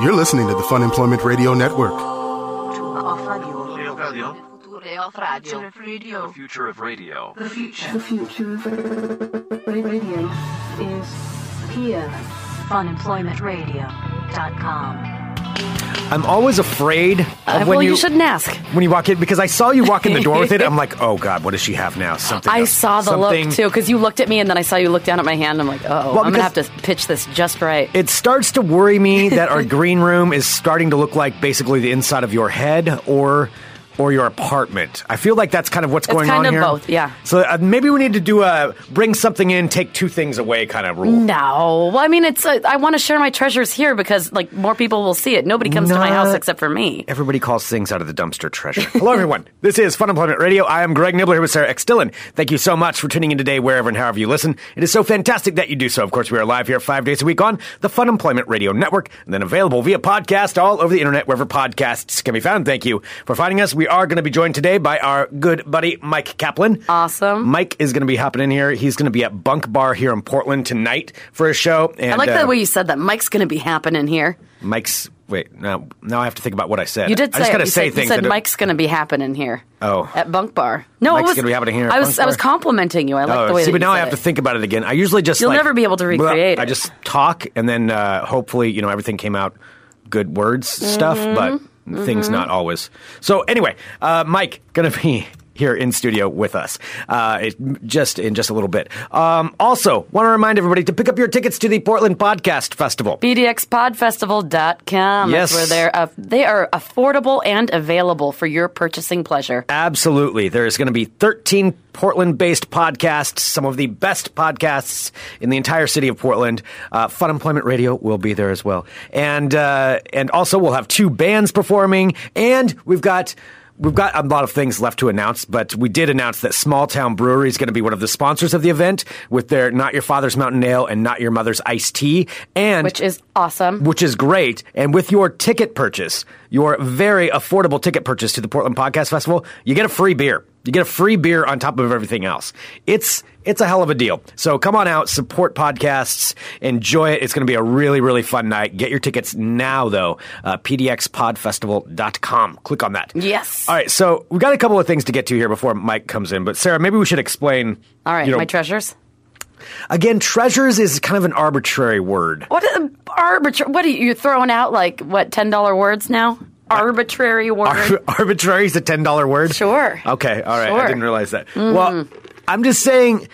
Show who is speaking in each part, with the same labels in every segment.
Speaker 1: You're listening to the Fun Employment Radio Network.
Speaker 2: Off radio.
Speaker 3: Off Radio.
Speaker 2: radio.
Speaker 4: Future of radio.
Speaker 2: The future.
Speaker 5: The future of radio is here.
Speaker 3: Funemploymentradio.com.
Speaker 6: I'm always afraid of
Speaker 7: Uh,
Speaker 6: when
Speaker 7: well, you,
Speaker 6: you,
Speaker 7: shouldn't ask.
Speaker 6: when you walk in because I saw you walk in the door with it. I'm like, oh god, what does she have now? Something.
Speaker 7: I
Speaker 6: else.
Speaker 7: saw the
Speaker 6: Something-
Speaker 7: look too because you looked at me and then I saw you look down at my hand. I'm like, oh,
Speaker 6: Well,
Speaker 7: I'm gonna have
Speaker 6: because-
Speaker 7: to pitch this just right.
Speaker 6: It starts to worry me that our green room is starting to look like basically the inside of your head or or your apartment. I feel like that's kind of what's
Speaker 7: It's
Speaker 6: going on
Speaker 7: kind of
Speaker 6: here.
Speaker 7: both, yeah.
Speaker 6: So uh, maybe we need to do a bring something in, take two things away kind of rule.
Speaker 7: no, well, I mean, it's uh, I want to share my treasures here because like more people will see it. Nobody comes to my
Speaker 6: Not-
Speaker 7: house except for me.
Speaker 6: Everybody calls things out of the dumpster treasure. Hello, everyone. This is Fun Employment Radio. I am Greg Nibbler here with Sarah X. Dillon. Thank you so much for tuning in today, wherever and however you listen. It is so fantastic that you do so. Of course, we are live here five days a week on the Fun Employment Radio Network and then available via podcast all over the internet, wherever podcasts can be found. Thank you for finding us. We are going to be joined today by our good buddy, Mike Kaplan.
Speaker 7: Awesome.
Speaker 6: Mike is going to be hopping in here. He's going to be at Bunk Bar here in Portland tonight for a show. And,
Speaker 7: I like the
Speaker 6: uh,
Speaker 7: way you said that. Mike's gonna be happening here.
Speaker 6: Mike's. Wait, now, now I have to think about what I said.
Speaker 7: You did
Speaker 6: I
Speaker 7: say
Speaker 6: just
Speaker 7: it.
Speaker 6: gotta
Speaker 7: You
Speaker 6: say
Speaker 7: said,
Speaker 6: things.
Speaker 7: You said
Speaker 6: that are-
Speaker 7: Mike's going to be happening here.
Speaker 6: Oh.
Speaker 7: at Bunk Bar. No,
Speaker 6: Mike's
Speaker 7: it was
Speaker 6: gonna be happening here at
Speaker 7: I was
Speaker 6: Bunk
Speaker 7: I was
Speaker 6: Bar?
Speaker 7: complimenting you. I like
Speaker 6: Oh,
Speaker 7: the way.
Speaker 6: see,
Speaker 7: that
Speaker 6: but
Speaker 7: you
Speaker 6: now I
Speaker 7: said
Speaker 6: have to
Speaker 7: it.
Speaker 6: think about it again. I usually just
Speaker 7: You'll
Speaker 6: like-
Speaker 7: never be able to
Speaker 6: Blah.
Speaker 7: recreate
Speaker 6: I
Speaker 7: it.
Speaker 6: just talk, and then uh, hopefully, you know, everything came out good words stuff,
Speaker 7: Mm-hmm.
Speaker 6: but things not always. So anyway, uh, Mike gonna be here in studio with us uh, it, just in just a little bit. Um, also, want to remind everybody to pick up your tickets to the Portland Podcast Festival.
Speaker 7: BDXPodFestival.com.
Speaker 6: Yes.
Speaker 7: That's where they're, uh, they are affordable and available for your purchasing pleasure.
Speaker 6: Absolutely. There's going to be 13 Portland based podcasts, some of the best podcasts in the entire city of Portland. Uh, Fun Employment Radio will be there as well. And, uh, and also we'll have two bands performing and we've got We've got a lot of things left to announce, but we did announce that Small Town Brewery is going to be one of the sponsors of the event with their Not Your Father's Mountain Ale and Not Your Mother's Iced Tea. And
Speaker 7: Which is awesome.
Speaker 6: which is great. And with your ticket purchase, your very affordable ticket purchase to the Portland Podcast Festival, you get a free beer. You get a free beer on top of everything else. It's it's a hell of a deal. So come on out, support podcasts, enjoy it. It's going to be a really really fun night. Get your tickets now though. Uh, pdxpodfestival.com. Click on that.
Speaker 7: Yes.
Speaker 6: All right, so we got a couple of things to get to here before Mike comes in, but Sarah, maybe we should explain
Speaker 7: All right,
Speaker 6: you know,
Speaker 7: my treasures.
Speaker 6: Again, treasures is kind of an arbitrary word.
Speaker 7: What are arbitrary? What are you you're throwing out? Like what? Ten dollar words now? Arbitrary words.
Speaker 6: Ar- arbitrary is a ten dollar word.
Speaker 7: Sure.
Speaker 6: Okay. All right. I
Speaker 7: Sure. Mm-hmm.
Speaker 6: didn't realize that. Well, I'm just saying.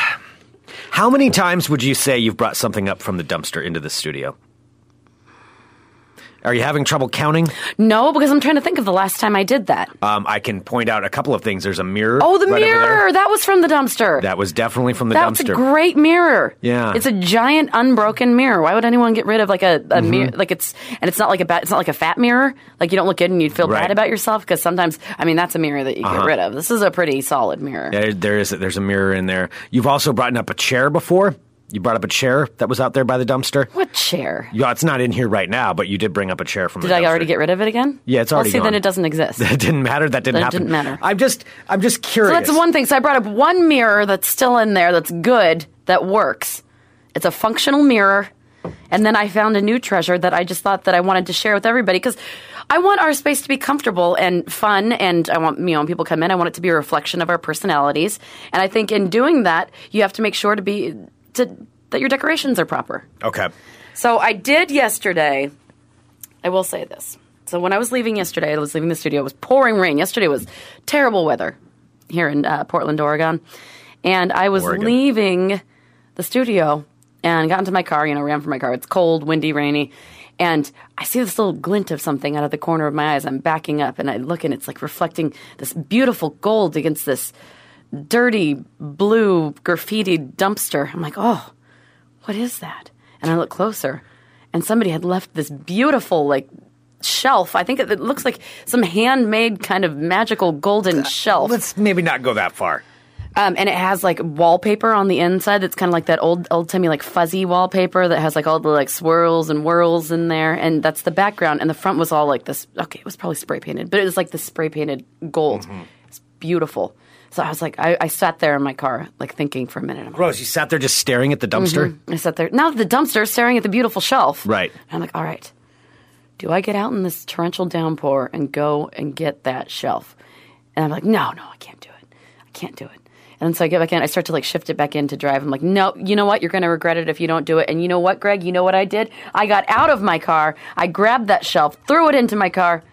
Speaker 6: How many times would you say you've brought something up from the dumpster into the studio? Are you having trouble counting?
Speaker 7: no, because I'm trying to think of the last time I did that.
Speaker 6: Um, I can point out a couple of things. There's a mirror.
Speaker 7: oh, the
Speaker 6: right over there.
Speaker 7: mirror. That was from the dumpster.
Speaker 6: That was definitely from the
Speaker 7: That was
Speaker 6: dumpster.
Speaker 7: a great mirror.
Speaker 6: Yeah.
Speaker 7: it's a giant unbroken mirror. Why would anyone get rid of like a, a
Speaker 6: Mm-hmm.
Speaker 7: mirror? Like it's and it's not like a bad, it's not like a fat mirror. Like you don't look good and you'd feel
Speaker 6: Right. Uh-huh.
Speaker 7: bad about yourself because sometimes I mean that's a mirror that you get rid of. This is a pretty solid mirror.
Speaker 6: There, there is there's a mirror in there. You've also brought up a chair before. You brought up a chair that was out there by the dumpster.
Speaker 7: What chair?
Speaker 6: Yeah, it's not in here right now, but you did bring up a chair from.
Speaker 7: Did
Speaker 6: the
Speaker 7: I already
Speaker 6: dumpster.
Speaker 7: get rid of it again?
Speaker 6: Yeah, it's already
Speaker 7: Well, see,
Speaker 6: gone.
Speaker 7: then it doesn't exist. so
Speaker 6: That didn't matter. That didn't
Speaker 7: That
Speaker 6: happen.
Speaker 7: didn't matter.
Speaker 6: I'm just, I'm just curious.
Speaker 7: that's one thing. So I brought up one mirror that's still in there that's good that works. It's a functional mirror. And then I found a new treasure that I just thought that I wanted to share with everybody because I want our space to be comfortable and fun, and I want you know when people come in, I want it to be a reflection of our personalities. And I think in doing that, you have to make sure to be to, that your decorations are proper.
Speaker 6: Okay.
Speaker 7: So I did yesterday. I will say this. So when I was leaving yesterday, I was leaving the studio. It was pouring rain. Yesterday was terrible weather here in uh, Portland, Oregon, and I was
Speaker 6: Oregon.
Speaker 7: leaving the studio and got into my car. You know, ran for my car. It's cold, windy, rainy, and I see this little glint of something out of the corner of my eyes. I'm backing up and I look, and it's like reflecting this beautiful gold against this dirty blue graffitied dumpster. I'm like, oh what is that? And I look closer, and somebody had left this beautiful, like, shelf. I think it, it looks like some handmade kind of magical golden shelf.
Speaker 6: Let's maybe not go that far.
Speaker 7: Um, and it has, like, wallpaper on the inside that's kind of like that old, old timey, like, fuzzy wallpaper that has, like, all the, like, swirls and whirls in there. And that's the background. And the front was all like this. Okay, it was probably spray painted, but it was like this spray painted gold. It's beautiful. So I was like, I, I sat there in my car, like, thinking for a minute. I'm like,
Speaker 6: Rose, you sat there just staring at the dumpster.
Speaker 7: I sat there. Now the dumpster staring at the beautiful shelf.
Speaker 6: Right.
Speaker 7: And I'm like, all right, do I get out in this torrential downpour and go and get that shelf? And I'm like, no, no, I can't do it. I can't do it. And so I get back in. I start to like shift it back in to drive. I'm like, no, you know what? You're going to regret it if you don't do it. And you know what, Greg? You know what I did? I got out of my car. I grabbed that shelf, threw it into my car,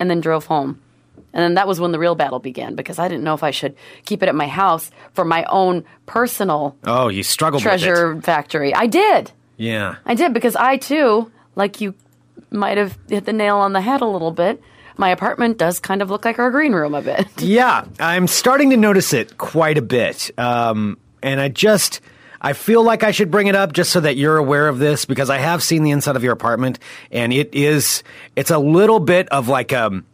Speaker 7: and then drove home. And then that was when the real battle began because I didn't know if I should keep it at my house for my own personal
Speaker 6: Oh, you struggled with
Speaker 7: treasure factory. I did.
Speaker 6: it. Yeah.
Speaker 7: I did because I too, like you, might have hit the nail on the head a little bit. My apartment does kind of look like our green room a bit.
Speaker 6: Yeah, I'm starting to notice it quite a bit. Um, and I just, I feel like I should bring it up just so that you're aware of this because I have seen the inside of your apartment and it is, it's a little bit of like um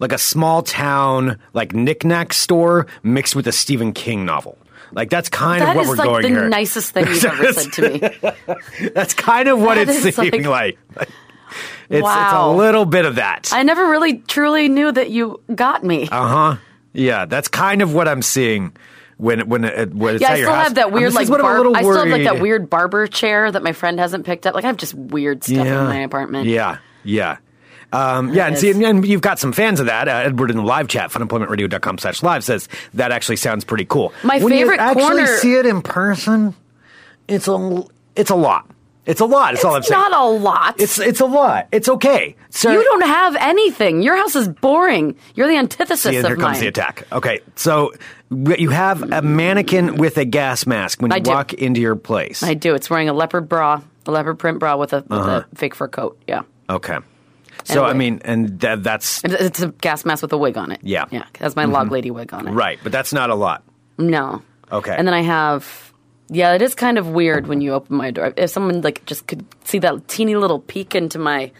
Speaker 6: like a small town, like knickknack store mixed with a Stephen King novel. Like that's kind of
Speaker 7: That
Speaker 6: what
Speaker 7: is
Speaker 6: we're
Speaker 7: like
Speaker 6: going
Speaker 7: the
Speaker 6: here.
Speaker 7: nicest thing you've ever said to me.
Speaker 6: that's kind of what
Speaker 7: That
Speaker 6: it's
Speaker 7: is like-
Speaker 6: seeming like. It's, it's a
Speaker 7: Wow.
Speaker 6: little bit of that.
Speaker 7: I never really truly knew that you got me.
Speaker 6: Uh huh. Yeah, that's kind of what I'm seeing when when it, when it's
Speaker 7: yeah,
Speaker 6: at
Speaker 7: I
Speaker 6: your
Speaker 7: still
Speaker 6: house.
Speaker 7: have that
Speaker 6: Um,
Speaker 7: weird
Speaker 6: this
Speaker 7: like
Speaker 6: is what I'm a
Speaker 7: bar-
Speaker 6: little
Speaker 7: I still have like that
Speaker 6: worried.
Speaker 7: weird barber chair that my friend hasn't picked up. Like I have just weird stuff in my apartment.
Speaker 6: Yeah, yeah. Um, yeah, and see,
Speaker 7: is-
Speaker 6: and, and you've got some fans of that. Uh, Edward in the live chat, funemploymentradio.com slash live says that actually sounds pretty cool.
Speaker 7: My
Speaker 6: when
Speaker 7: favorite
Speaker 6: you actually
Speaker 7: corner-
Speaker 6: see it in person, it's a it's a lot. It's a lot. It's, all I'm
Speaker 7: It's
Speaker 6: saying.
Speaker 7: not a lot.
Speaker 6: it's it's a lot. It's okay. So
Speaker 7: you don't have anything. Your house is boring. You're the antithesis
Speaker 6: See, and
Speaker 7: of
Speaker 6: here comes
Speaker 7: mine.
Speaker 6: the attack. Okay, so wh- you have a mannequin with a gas mask when you
Speaker 7: I do.
Speaker 6: walk into your place.
Speaker 7: I do. It's wearing a leopard bra, a leopard print bra with a, with
Speaker 6: Uh-huh.
Speaker 7: a fake fur coat. Yeah.
Speaker 6: Okay. So
Speaker 7: Anyway.
Speaker 6: I mean, and tha- that's
Speaker 7: It- It's a gas mask with a wig on it.
Speaker 6: Yeah. Mm-hmm.
Speaker 7: Yeah. It has my log lady wig on it.
Speaker 6: right, but that's not a lot.
Speaker 7: No.
Speaker 6: Okay.
Speaker 7: And then I have, yeah, it is kind of weird when you open my door. If someone like just could see that teeny little peek into my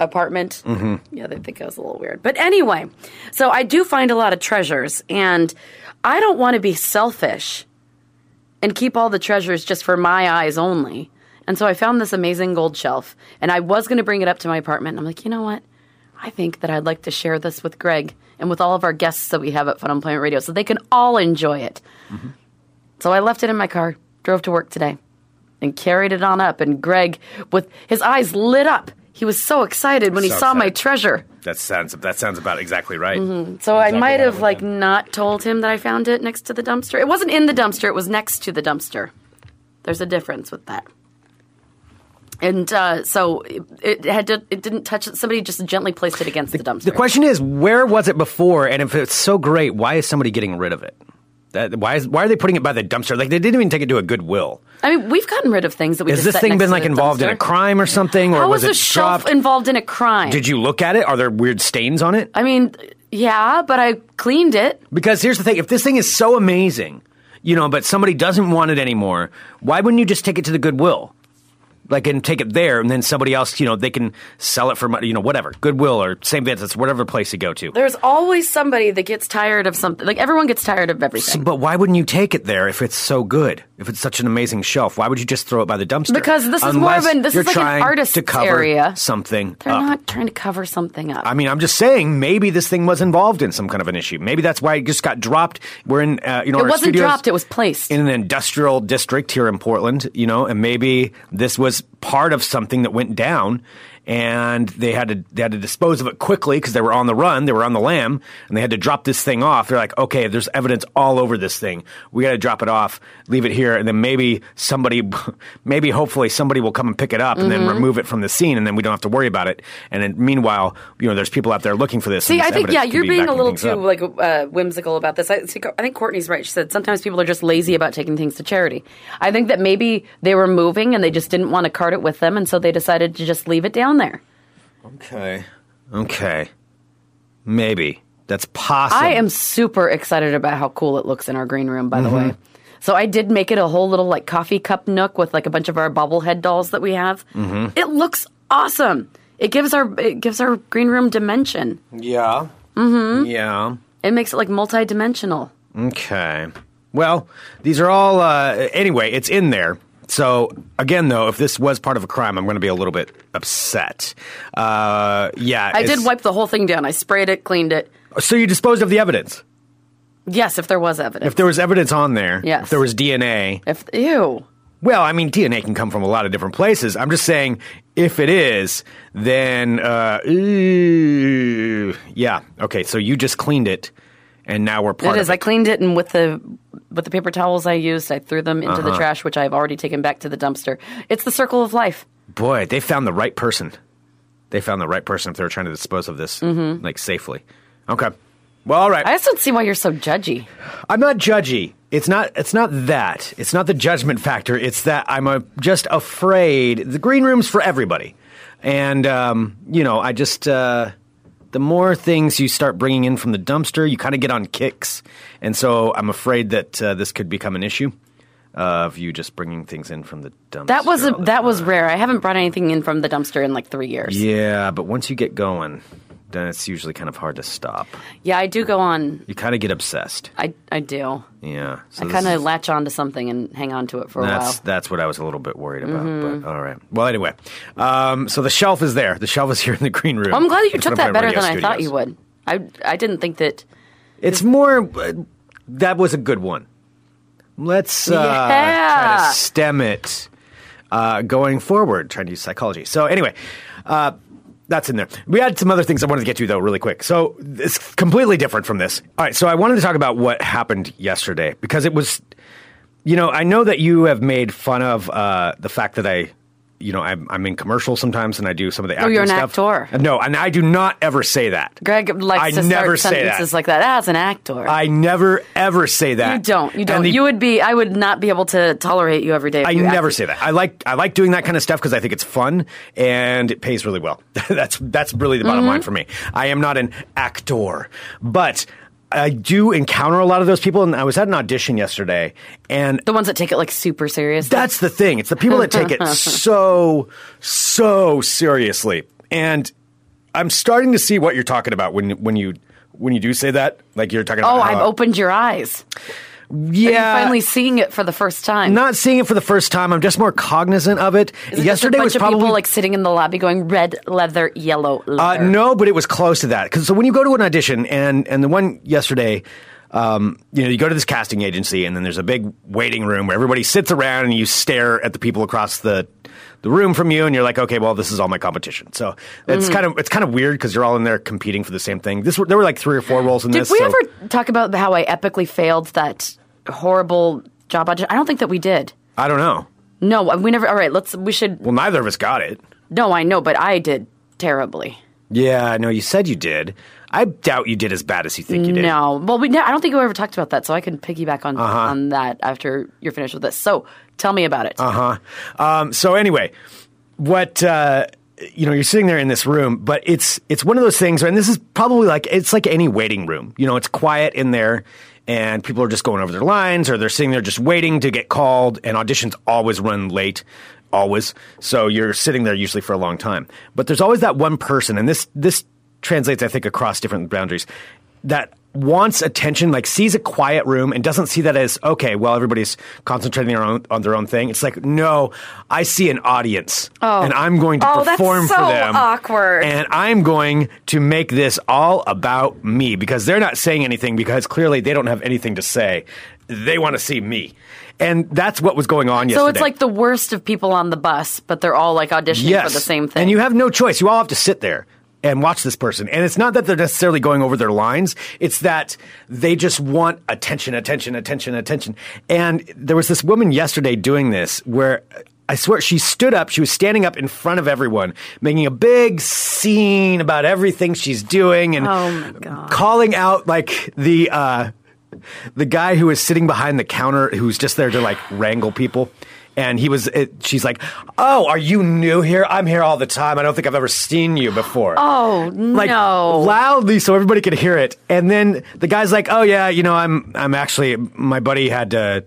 Speaker 7: apartment,
Speaker 6: Mm-hmm.
Speaker 7: yeah, they think I was a little weird. But anyway, so I do find a lot of treasures, and I don't want to be selfish and keep all the treasures just for my eyes only. And so I found this amazing gold shelf, and I was going to bring it up to my apartment. And I'm like, you know what? I think that I'd like to share this with Greg and with all of our guests that we have at Fun Employment Radio so they can all enjoy it.
Speaker 6: Mm-hmm.
Speaker 7: So I left it in my car, drove to work today, and carried it on up. And Greg, with his eyes lit up, he was so excited when he
Speaker 6: So
Speaker 7: saw my
Speaker 6: excited.
Speaker 7: treasure.
Speaker 6: That sounds that sounds about exactly right.
Speaker 7: So I might have like not told him that I found it next to the dumpster. It wasn't in the dumpster, it was next to the dumpster. There's a difference with that. And uh, so it, it had to, it didn't touch it. Somebody just gently placed it against the, dumpster.
Speaker 6: The question is, where was it before? And if it's so great, why is somebody getting rid of it? That, why is why are they putting it by the dumpster? Like they didn't even take it to a Goodwill.
Speaker 7: I mean, we've gotten rid of things that we
Speaker 6: Has
Speaker 7: just
Speaker 6: this
Speaker 7: set
Speaker 6: thing
Speaker 7: next
Speaker 6: been
Speaker 7: to
Speaker 6: like
Speaker 7: the
Speaker 6: involved in
Speaker 7: dumpster.
Speaker 6: a crime or something, or
Speaker 7: How
Speaker 6: was
Speaker 7: was
Speaker 6: it
Speaker 7: the shelf
Speaker 6: dropped?
Speaker 7: involved in a crime?
Speaker 6: Did you look at it? Are there weird stains on it?
Speaker 7: I mean, yeah, but I cleaned it.
Speaker 6: Because here's the thing: if this thing is so amazing, you know, but somebody doesn't want it anymore, why wouldn't you just take it to the Goodwill? Like and take it there, and then somebody else, you know, they can sell it for money, you know, whatever Goodwill or same thing. That's whatever place you go to.
Speaker 7: There's always somebody that gets tired of something. Like everyone gets tired of everything.
Speaker 6: But why wouldn't you take it there if it's so good? If it's such an amazing shelf, why would you just throw it by the dumpster?
Speaker 7: Because this is more of
Speaker 6: Unless
Speaker 7: an- this is
Speaker 6: you're
Speaker 7: like an
Speaker 6: trying
Speaker 7: artist's
Speaker 6: to cover
Speaker 7: area.
Speaker 6: Something.
Speaker 7: They're
Speaker 6: up.
Speaker 7: not trying to cover something up.
Speaker 6: uh, I mean, I'm just saying maybe this thing was involved in some kind of an issue. Maybe that's why it just got dropped. We're in, uh, you know,
Speaker 7: it
Speaker 6: our
Speaker 7: wasn't
Speaker 6: studios
Speaker 7: dropped. It was placed.
Speaker 6: in an industrial district here in Portland, you know, and maybe this was part of something that went down, and they had to they had to dispose of it quickly because they were on the run, they were on the lam, and they had to drop this thing off. They're like, okay, there's evidence all over this thing. We got to drop it off, leave it here, and then maybe somebody, maybe hopefully somebody will come and pick it up and
Speaker 7: Mm-hmm.
Speaker 6: then remove it from the scene, and then we don't have to worry about it. And then, meanwhile, you know, there's people out there looking for this. and
Speaker 7: See,
Speaker 6: this
Speaker 7: I think
Speaker 6: evidence
Speaker 7: yeah,
Speaker 6: could
Speaker 7: you're
Speaker 6: be
Speaker 7: being a
Speaker 6: backing
Speaker 7: little
Speaker 6: things
Speaker 7: too
Speaker 6: up.
Speaker 7: like uh, whimsical about this. I, see, I think Courtney's right. She said sometimes people are just lazy about taking things to charity. I think that maybe they were moving and they just didn't want to cart it with them, and so they decided to just leave it down there.
Speaker 6: Okay. Okay. Maybe. That's possible.
Speaker 7: I am super excited about how cool it looks in our green room, by the
Speaker 6: Mm-hmm.
Speaker 7: way. So I did make it a whole little like coffee cup nook with like a bunch of our bobblehead dolls that we have.
Speaker 6: Mm-hmm.
Speaker 7: It looks awesome. It gives our it gives our green room dimension.
Speaker 6: Yeah. Mm-hmm. Yeah.
Speaker 7: It makes it like multi-dimensional.
Speaker 6: Okay. Well, these are all. Uh, anyway, it's in there. So again, though, if this was part of a crime, I'm going to be a little bit upset. Uh, yeah.
Speaker 7: I
Speaker 6: it's-
Speaker 7: did wipe the whole thing down. I sprayed it, cleaned it.
Speaker 6: So you disposed of the evidence.
Speaker 7: Yes, if there was
Speaker 6: If
Speaker 7: evidence.
Speaker 6: there was evidence on there,
Speaker 7: Yes.
Speaker 6: if there was DNA,
Speaker 7: If, ew.
Speaker 6: Well, I mean, DNA can come from a lot of different places. I'm just saying, if it is, then uh, ooh, yeah, okay. So you just cleaned it, and now we're part
Speaker 7: it
Speaker 6: of
Speaker 7: is. I cleaned it, and with the with the paper towels I used, I threw them into the
Speaker 6: Uh-huh.
Speaker 7: trash, which I have already taken back to the dumpster. It's the circle of life.
Speaker 6: Boy, they found the right person. They found the right person if they were trying to dispose of this like safely. Okay. Well, all right.
Speaker 7: Mm-hmm. I just don't see why you're so judgy.
Speaker 6: I'm not judgy. It's not. It's not that. It's not the judgment factor. It's that I'm a, just afraid. The green room's for everybody, and um, you know, I just uh, the more things you start bringing in from the dumpster, you kind of get on kicks, and so I'm afraid that uh, this could become an issue of you just bringing things in from the dumpster.
Speaker 7: That was
Speaker 6: all the
Speaker 7: that was
Speaker 6: time.
Speaker 7: rare. I haven't brought anything in from the dumpster in like three years.
Speaker 6: Yeah, but once you get going, then it's usually kind of hard to stop.
Speaker 7: Yeah, I do go on.
Speaker 6: You kind of get obsessed.
Speaker 7: I I do.
Speaker 6: Yeah. So
Speaker 7: I
Speaker 6: this
Speaker 7: kind
Speaker 6: is-
Speaker 7: of latch on to something and hang on to it for a
Speaker 6: That's
Speaker 7: while. Mm-hmm.
Speaker 6: that's what I was a little bit worried about. But all right. Well, anyway, um, so the shelf is there. The shelf is here in the green room.
Speaker 7: Well, I'm glad that you
Speaker 6: in
Speaker 7: took
Speaker 6: front of my
Speaker 7: that better
Speaker 6: radio
Speaker 7: than I thought
Speaker 6: studios.
Speaker 7: you would. I I didn't think that.
Speaker 6: It's more. uh, that was a good one. Let's uh, try
Speaker 7: Yeah.
Speaker 6: to stem it uh, going forward. Trying to use psychology. So anyway. Uh, that's in there. We had some other things I wanted to get to though, really quick. So it's completely different from this. All right. So I wanted to talk about what happened yesterday because it was You know, I know that you have made fun of uh, the fact that I, you know, I'm, I'm in commercials sometimes and I do some of the acting
Speaker 7: Oh, you're an
Speaker 6: stuff.
Speaker 7: actor.
Speaker 6: No, and I do not ever say that.
Speaker 7: Greg likes
Speaker 6: I
Speaker 7: to
Speaker 6: never
Speaker 7: start
Speaker 6: say that.
Speaker 7: sentences like that as an actor.
Speaker 6: I never ever say that.
Speaker 7: you don't. You
Speaker 6: And
Speaker 7: don't.
Speaker 6: the-
Speaker 7: you would be. I would not be able to tolerate you every day. if
Speaker 6: I
Speaker 7: you
Speaker 6: never
Speaker 7: acted.
Speaker 6: say that. I like I like doing that kind of stuff because I think it's fun and it pays really well. that's that's really the bottom line
Speaker 7: Mm-hmm.
Speaker 6: for me. I am not an actor, but I do encounter a lot of those people. And I was at an audition yesterday, and
Speaker 7: The ones that take it like super seriously.
Speaker 6: That's the thing. It's the people that take it so, so seriously. And I'm starting to see what you're talking about when when you when you do say that. Like you're talking about
Speaker 7: oh,
Speaker 6: how-
Speaker 7: I've opened your eyes.
Speaker 6: Uh, Yeah.
Speaker 7: You're finally seeing it for the first time.
Speaker 6: not seeing it for the first time. I'm just more cognizant of it.
Speaker 7: Is it just
Speaker 6: Yesterday
Speaker 7: a bunch
Speaker 6: was
Speaker 7: of
Speaker 6: probably
Speaker 7: people like sitting in the lobby going red leather, yellow
Speaker 6: Uh,
Speaker 7: leather.
Speaker 6: no, but it was close to that. Because so when you go to an audition, and and the one yesterday, um, you know, you go to this casting agency, and then there's a big waiting room where everybody sits around and you stare at the people across the the room from you, and you're like, okay, well, this is all my competition. So
Speaker 7: Mm.
Speaker 6: it's kind of it's kind of weird because you're all in there competing for the same thing. This were- there were like three or four roles in
Speaker 7: Did
Speaker 6: this.
Speaker 7: we
Speaker 6: so-
Speaker 7: ever talk about how I epically failed that horrible job audition? I don't think that we did.
Speaker 6: I don't know.
Speaker 7: No, we never. All right, let's. We should.
Speaker 6: Well, neither of us got it.
Speaker 7: No, I know, but I did terribly.
Speaker 6: Yeah, I know. You said you did. I doubt you did as bad as you think you did.
Speaker 7: No, well, we. No, I don't think we ever talked about that, so I can piggyback on
Speaker 6: Uh-huh.
Speaker 7: on that after you're finished with this. So tell me about it.
Speaker 6: Uh huh. Um, so anyway, what uh, you know, you're sitting there in this room, but it's it's one of those things, and this is probably like it's like any waiting room. You know, it's quiet in there, and people are just going over their lines, or they're sitting there just waiting to get called. And auditions always run late. Always, so you're sitting there usually for a long time. But there's always that one person, and this this translates, I think, across different boundaries that wants attention, like sees a quiet room and doesn't see that as okay. Well, everybody's concentrating their own, on their own thing. It's like no, I see an audience, and I'm going to
Speaker 7: Oh, that's
Speaker 6: perform
Speaker 7: so
Speaker 6: for them.
Speaker 7: awkward.
Speaker 6: And I'm going to make this all about me because they're not saying anything because clearly they don't have anything to say. They want to see me, and that's what was going on
Speaker 7: so
Speaker 6: yesterday.
Speaker 7: it's like the worst of people on the bus, but they're all like auditioning
Speaker 6: yes,
Speaker 7: for the same thing.
Speaker 6: and you have no choice. You all have to sit there. And watch this person. And it's not that they're necessarily going over their lines. It's that they just want attention, attention, attention, attention. And there was this woman yesterday doing this where I swear she stood up. She was standing up in front of everyone, making a big scene about everything she's doing and
Speaker 7: Oh, my God.
Speaker 6: calling out like the, uh, the guy who was sitting behind the counter who's just there to like wrangle people and he was it, she's like oh are you new here i'm here all the time i don't think i've ever seen you before
Speaker 7: oh
Speaker 6: like
Speaker 7: no!
Speaker 6: loudly so everybody could hear it and then the guy's like oh yeah you know i'm i'm actually my buddy had to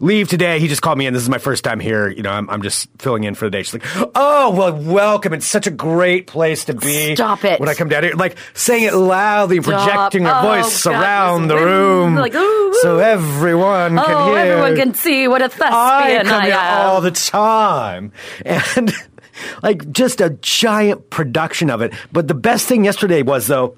Speaker 6: leave today he just called me in this is my first time here you know i'm, I'm just filling in for the day she's like oh well welcome it's such a great place to be
Speaker 7: Stop it.
Speaker 6: when i come down here like saying it loudly projecting her
Speaker 7: Stop. Oh,
Speaker 6: voice
Speaker 7: God,
Speaker 6: around the
Speaker 7: there's
Speaker 6: room
Speaker 7: wind, like, ooh,
Speaker 6: so
Speaker 7: ooh.
Speaker 6: everyone
Speaker 7: oh,
Speaker 6: can hear
Speaker 7: everyone can see what a
Speaker 6: I
Speaker 7: thespian
Speaker 6: come
Speaker 7: I,
Speaker 6: here
Speaker 7: am.
Speaker 6: all the time. And like just a giant production of it. But the best thing yesterday was though,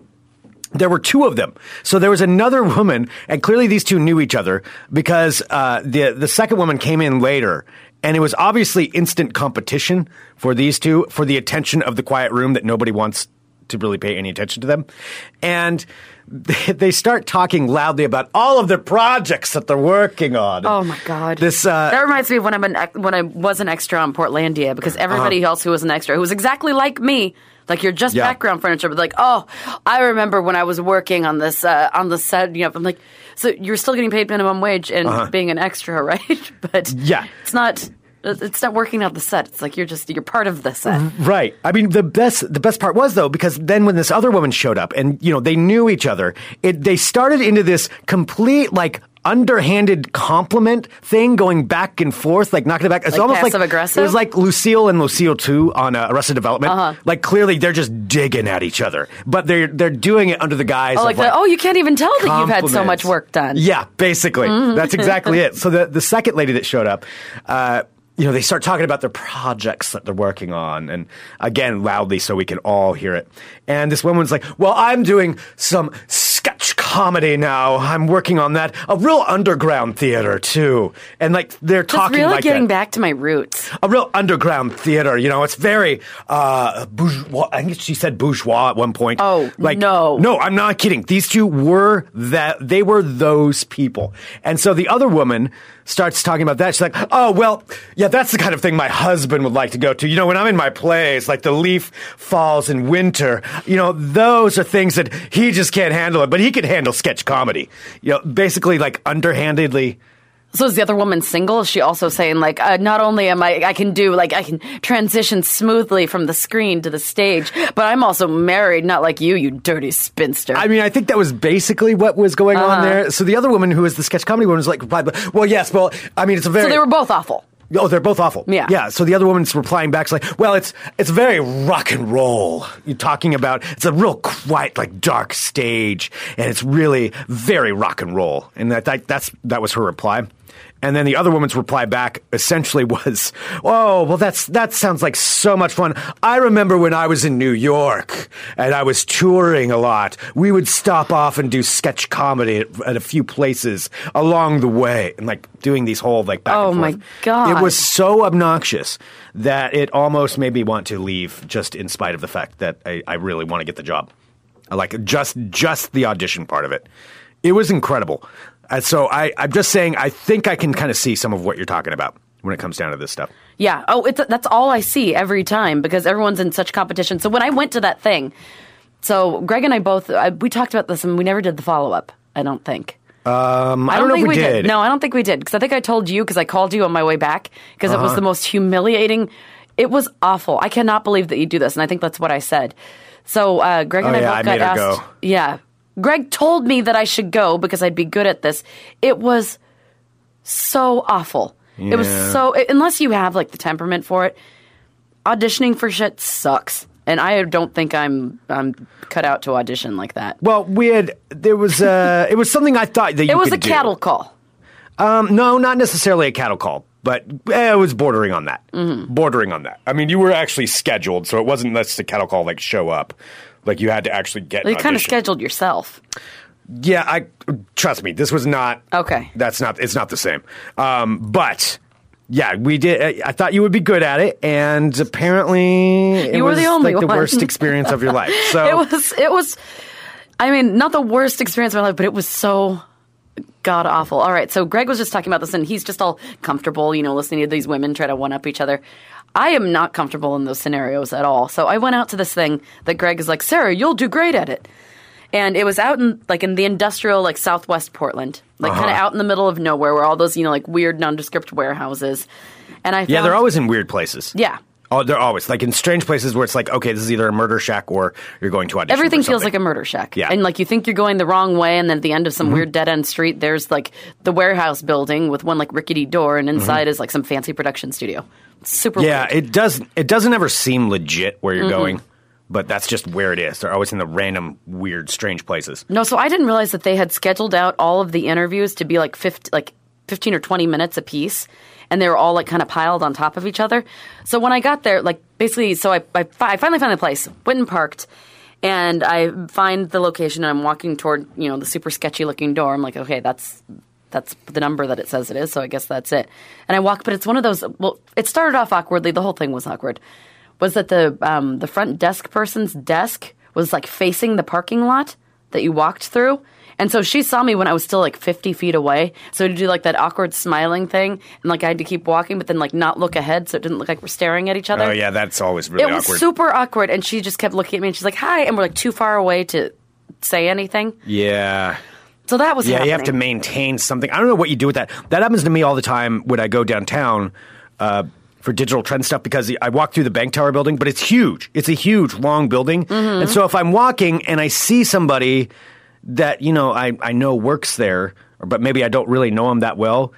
Speaker 6: there were two of them. So there was another woman, and clearly these two knew each other because uh, the the second woman came in later And it was obviously instant competition for these two for the attention of the quiet room that nobody wants to really pay any attention to them. And they they start talking loudly about all of the projects that they're working on.
Speaker 7: Oh my god!
Speaker 6: This, uh,
Speaker 7: that reminds me of when I'm an, ex- when I was an extra on Portlandia because
Speaker 6: Uh-huh.
Speaker 7: everybody else who was an extra who was exactly like me, like you're just
Speaker 6: Yeah.
Speaker 7: background furniture, but like oh, I remember when I was working on this uh, on the set. You know, I'm like, so you're still getting paid minimum wage and being an extra, right? but
Speaker 6: Uh-huh. Yeah.
Speaker 7: it's not. It's not working out the set. It's like you're just you're part of the set.
Speaker 6: Right. I mean, the best the best part was though because then when this other woman showed up and you know they knew each other, it they started into this complete like underhanded compliment thing going back and forth like knocking it back it's
Speaker 7: Like
Speaker 6: almost like
Speaker 7: passive-aggressive?
Speaker 6: it was like lucille and lucille 2 on uh, arrested development
Speaker 7: Uh-huh.
Speaker 6: like clearly they're just digging at each other but they're they're doing it under the guise
Speaker 7: Oh,
Speaker 6: of
Speaker 7: like, the, oh, you can't even tell that you've had so
Speaker 6: compliments.
Speaker 7: much work done. Mm-hmm.
Speaker 6: Yeah, basically. That's exactly it. So the, the second lady that showed up, uh, you know, they start talking about their projects that they're working on, and again, loudly so we can all hear it. And this woman's like, Well, I'm doing some sketch comedy now. I'm working on that. A real underground theater, too. And like, they're
Speaker 7: Just
Speaker 6: talking
Speaker 7: really
Speaker 6: like that
Speaker 7: getting back to my roots.
Speaker 6: a real underground theater. You know, it's very uh, bourgeois. I think she said bourgeois at one point.
Speaker 7: Oh, no.
Speaker 6: no, I'm not kidding. These two were that they were those people, and so the other woman starts talking about that. She's like, "Oh, well, yeah, that's the kind of thing my husband would like to go to. You know, when I'm in my plays, like the leaf falls in winter. You know, those are things that he just can't handle it, but he could handle sketch comedy. You know, basically like underhandedly."
Speaker 7: So is the other woman single? Is she also saying like, uh, not only am I, I can do like, I can transition smoothly from the screen to the stage, but I'm also married, not like you, you dirty spinster.
Speaker 6: I mean, I think that was basically what was going on
Speaker 7: Uh-huh.
Speaker 6: there. So the other woman who was the sketch comedy woman was like, replied, well, yes, well, I mean, it's a very.
Speaker 7: so they were both awful.
Speaker 6: Oh, they're both awful.
Speaker 7: Yeah.
Speaker 6: Yeah. So the other woman's replying back, she's like, well, it's it's very rock and roll. You're talking about it's a real quiet, like dark stage, and it's really very rock and roll. And that, that that's that was her reply. And then the other woman's reply back essentially was, "Oh, well, that's that sounds like so much fun. I remember when I was in New York and I was touring a lot. We would stop off and do sketch comedy at, at a few places along the way, and like doing these whole like back
Speaker 7: Oh,
Speaker 6: and
Speaker 7: my
Speaker 6: forth.
Speaker 7: God.
Speaker 6: It was so obnoxious that it almost made me want to leave, just in spite of the fact that I, I really want to get the job. I like just just the audition part of it. It was incredible. Uh, so I, I'm just saying, I think I can kind of see some of what you're talking about when it comes down to this stuff.
Speaker 7: Yeah. Oh, it's, that's all I see every time because everyone's in such competition. So when I went to that thing, so Greg and I both, I, we talked about this and we never did the follow up. I don't think.
Speaker 6: Um, I,
Speaker 7: I don't,
Speaker 6: know if
Speaker 7: think
Speaker 6: we, did.
Speaker 7: No, I don't think we did because I think I told you because I called you on my way back because it
Speaker 6: Uh-huh.
Speaker 7: was the most humiliating. It was awful. I cannot believe that you do this, and I think that's what I said. So uh, Greg and
Speaker 6: Oh,
Speaker 7: I
Speaker 6: yeah,
Speaker 7: both
Speaker 6: I
Speaker 7: got
Speaker 6: made her
Speaker 7: asked.
Speaker 6: go.
Speaker 7: Yeah, Greg told me that I should go because I'd be good at this. It was so awful. It was
Speaker 6: Yeah.
Speaker 7: so unless you have like the temperament for it. Auditioning for shit sucks, and I don't think I'm I'm cut out to audition like that.
Speaker 6: Well, we had there was uh, it was something I thought that you
Speaker 7: It was
Speaker 6: could
Speaker 7: a
Speaker 6: do.
Speaker 7: cattle call.
Speaker 6: No, not necessarily a cattle call, but eh, it was bordering on that.
Speaker 7: Mm-hmm.
Speaker 6: Bordering on that. I mean, you were actually scheduled, so it wasn't just a cattle call like show up. Like you had to actually get. an
Speaker 7: You kind of
Speaker 6: audition.
Speaker 7: scheduled yourself.
Speaker 6: Yeah, I trust me. This was not
Speaker 7: Okay.
Speaker 6: That's not. It's not the same. Um, but yeah, we did. eh, I I thought you would be good at it, and apparently it
Speaker 7: You were
Speaker 6: was
Speaker 7: the only
Speaker 6: like the
Speaker 7: one.
Speaker 6: worst experience of your life. So
Speaker 7: it was it was i mean not the worst experience of my life but it was so god awful all right so greg was just talking about this and he's just all comfortable you know listening to these women try to one up each other i am not comfortable in those scenarios at all so i went out to this thing that greg is like sarah you'll do great at it and it was out in like in the industrial like southwest portland like kind
Speaker 6: Uh-huh.
Speaker 7: of out in the middle of nowhere where all those you know like weird nondescript warehouses and i
Speaker 6: yeah,
Speaker 7: found-
Speaker 6: they're always in weird places.
Speaker 7: yeah
Speaker 6: Oh, they're always like in strange places where it's like, okay, this is either a murder shack or you're going to audition. for
Speaker 7: Everything feels
Speaker 6: something.
Speaker 7: like a murder shack.
Speaker 6: Yeah. Mm-hmm.
Speaker 7: And like you think you're going the wrong way, and then at the end of some weird dead end street, there's like the warehouse building with one like rickety door, and inside is like some fancy production studio. It's super
Speaker 6: Mm-hmm. Yeah,
Speaker 7: weird.
Speaker 6: it does. It doesn't ever seem legit where
Speaker 7: Mm-hmm.
Speaker 6: you're going, but that's just where it is. They're always in the random, weird, strange places.
Speaker 7: no, so I didn't realize that they had scheduled out all of the interviews to be like 50, like 15 or 20 minutes apiece, and they were all like kind of piled on top of each other. So when I got there, like basically, so I, I, fi- I finally found the place, went and parked. And I find the location, and I'm walking toward you know the super sketchy looking door. I'm like, okay, that's that's the number that it says it is, so I guess that's it. And I walk, but it's one of those. Well, it started off awkwardly. The whole thing was awkward. Was that the um, the front desk person's desk was like facing the parking lot that you walked through, and so she saw me when I was still like fifty feet away. So to do like that awkward smiling thing, and like I had to keep walking, but then like not look ahead, so it didn't look like we're staring at each other.
Speaker 4: Oh yeah, that's always really
Speaker 7: it was
Speaker 4: awkward.
Speaker 7: super awkward, and she just kept looking at me, and she's like, "Hi," and we're like too far away to say anything.
Speaker 6: Yeah.
Speaker 7: So that was
Speaker 6: Yeah,
Speaker 7: happening.
Speaker 6: you have to maintain something. I don't know what you do with that. That happens to me all the time when I go downtown uh, for digital trend stuff because I walk through the Bank Tower building, but it's huge. It's a huge, long building.
Speaker 7: Mm-hmm.
Speaker 6: And so if I'm walking and I see somebody that, you know, I, I know works there, but maybe I don't really know them that well,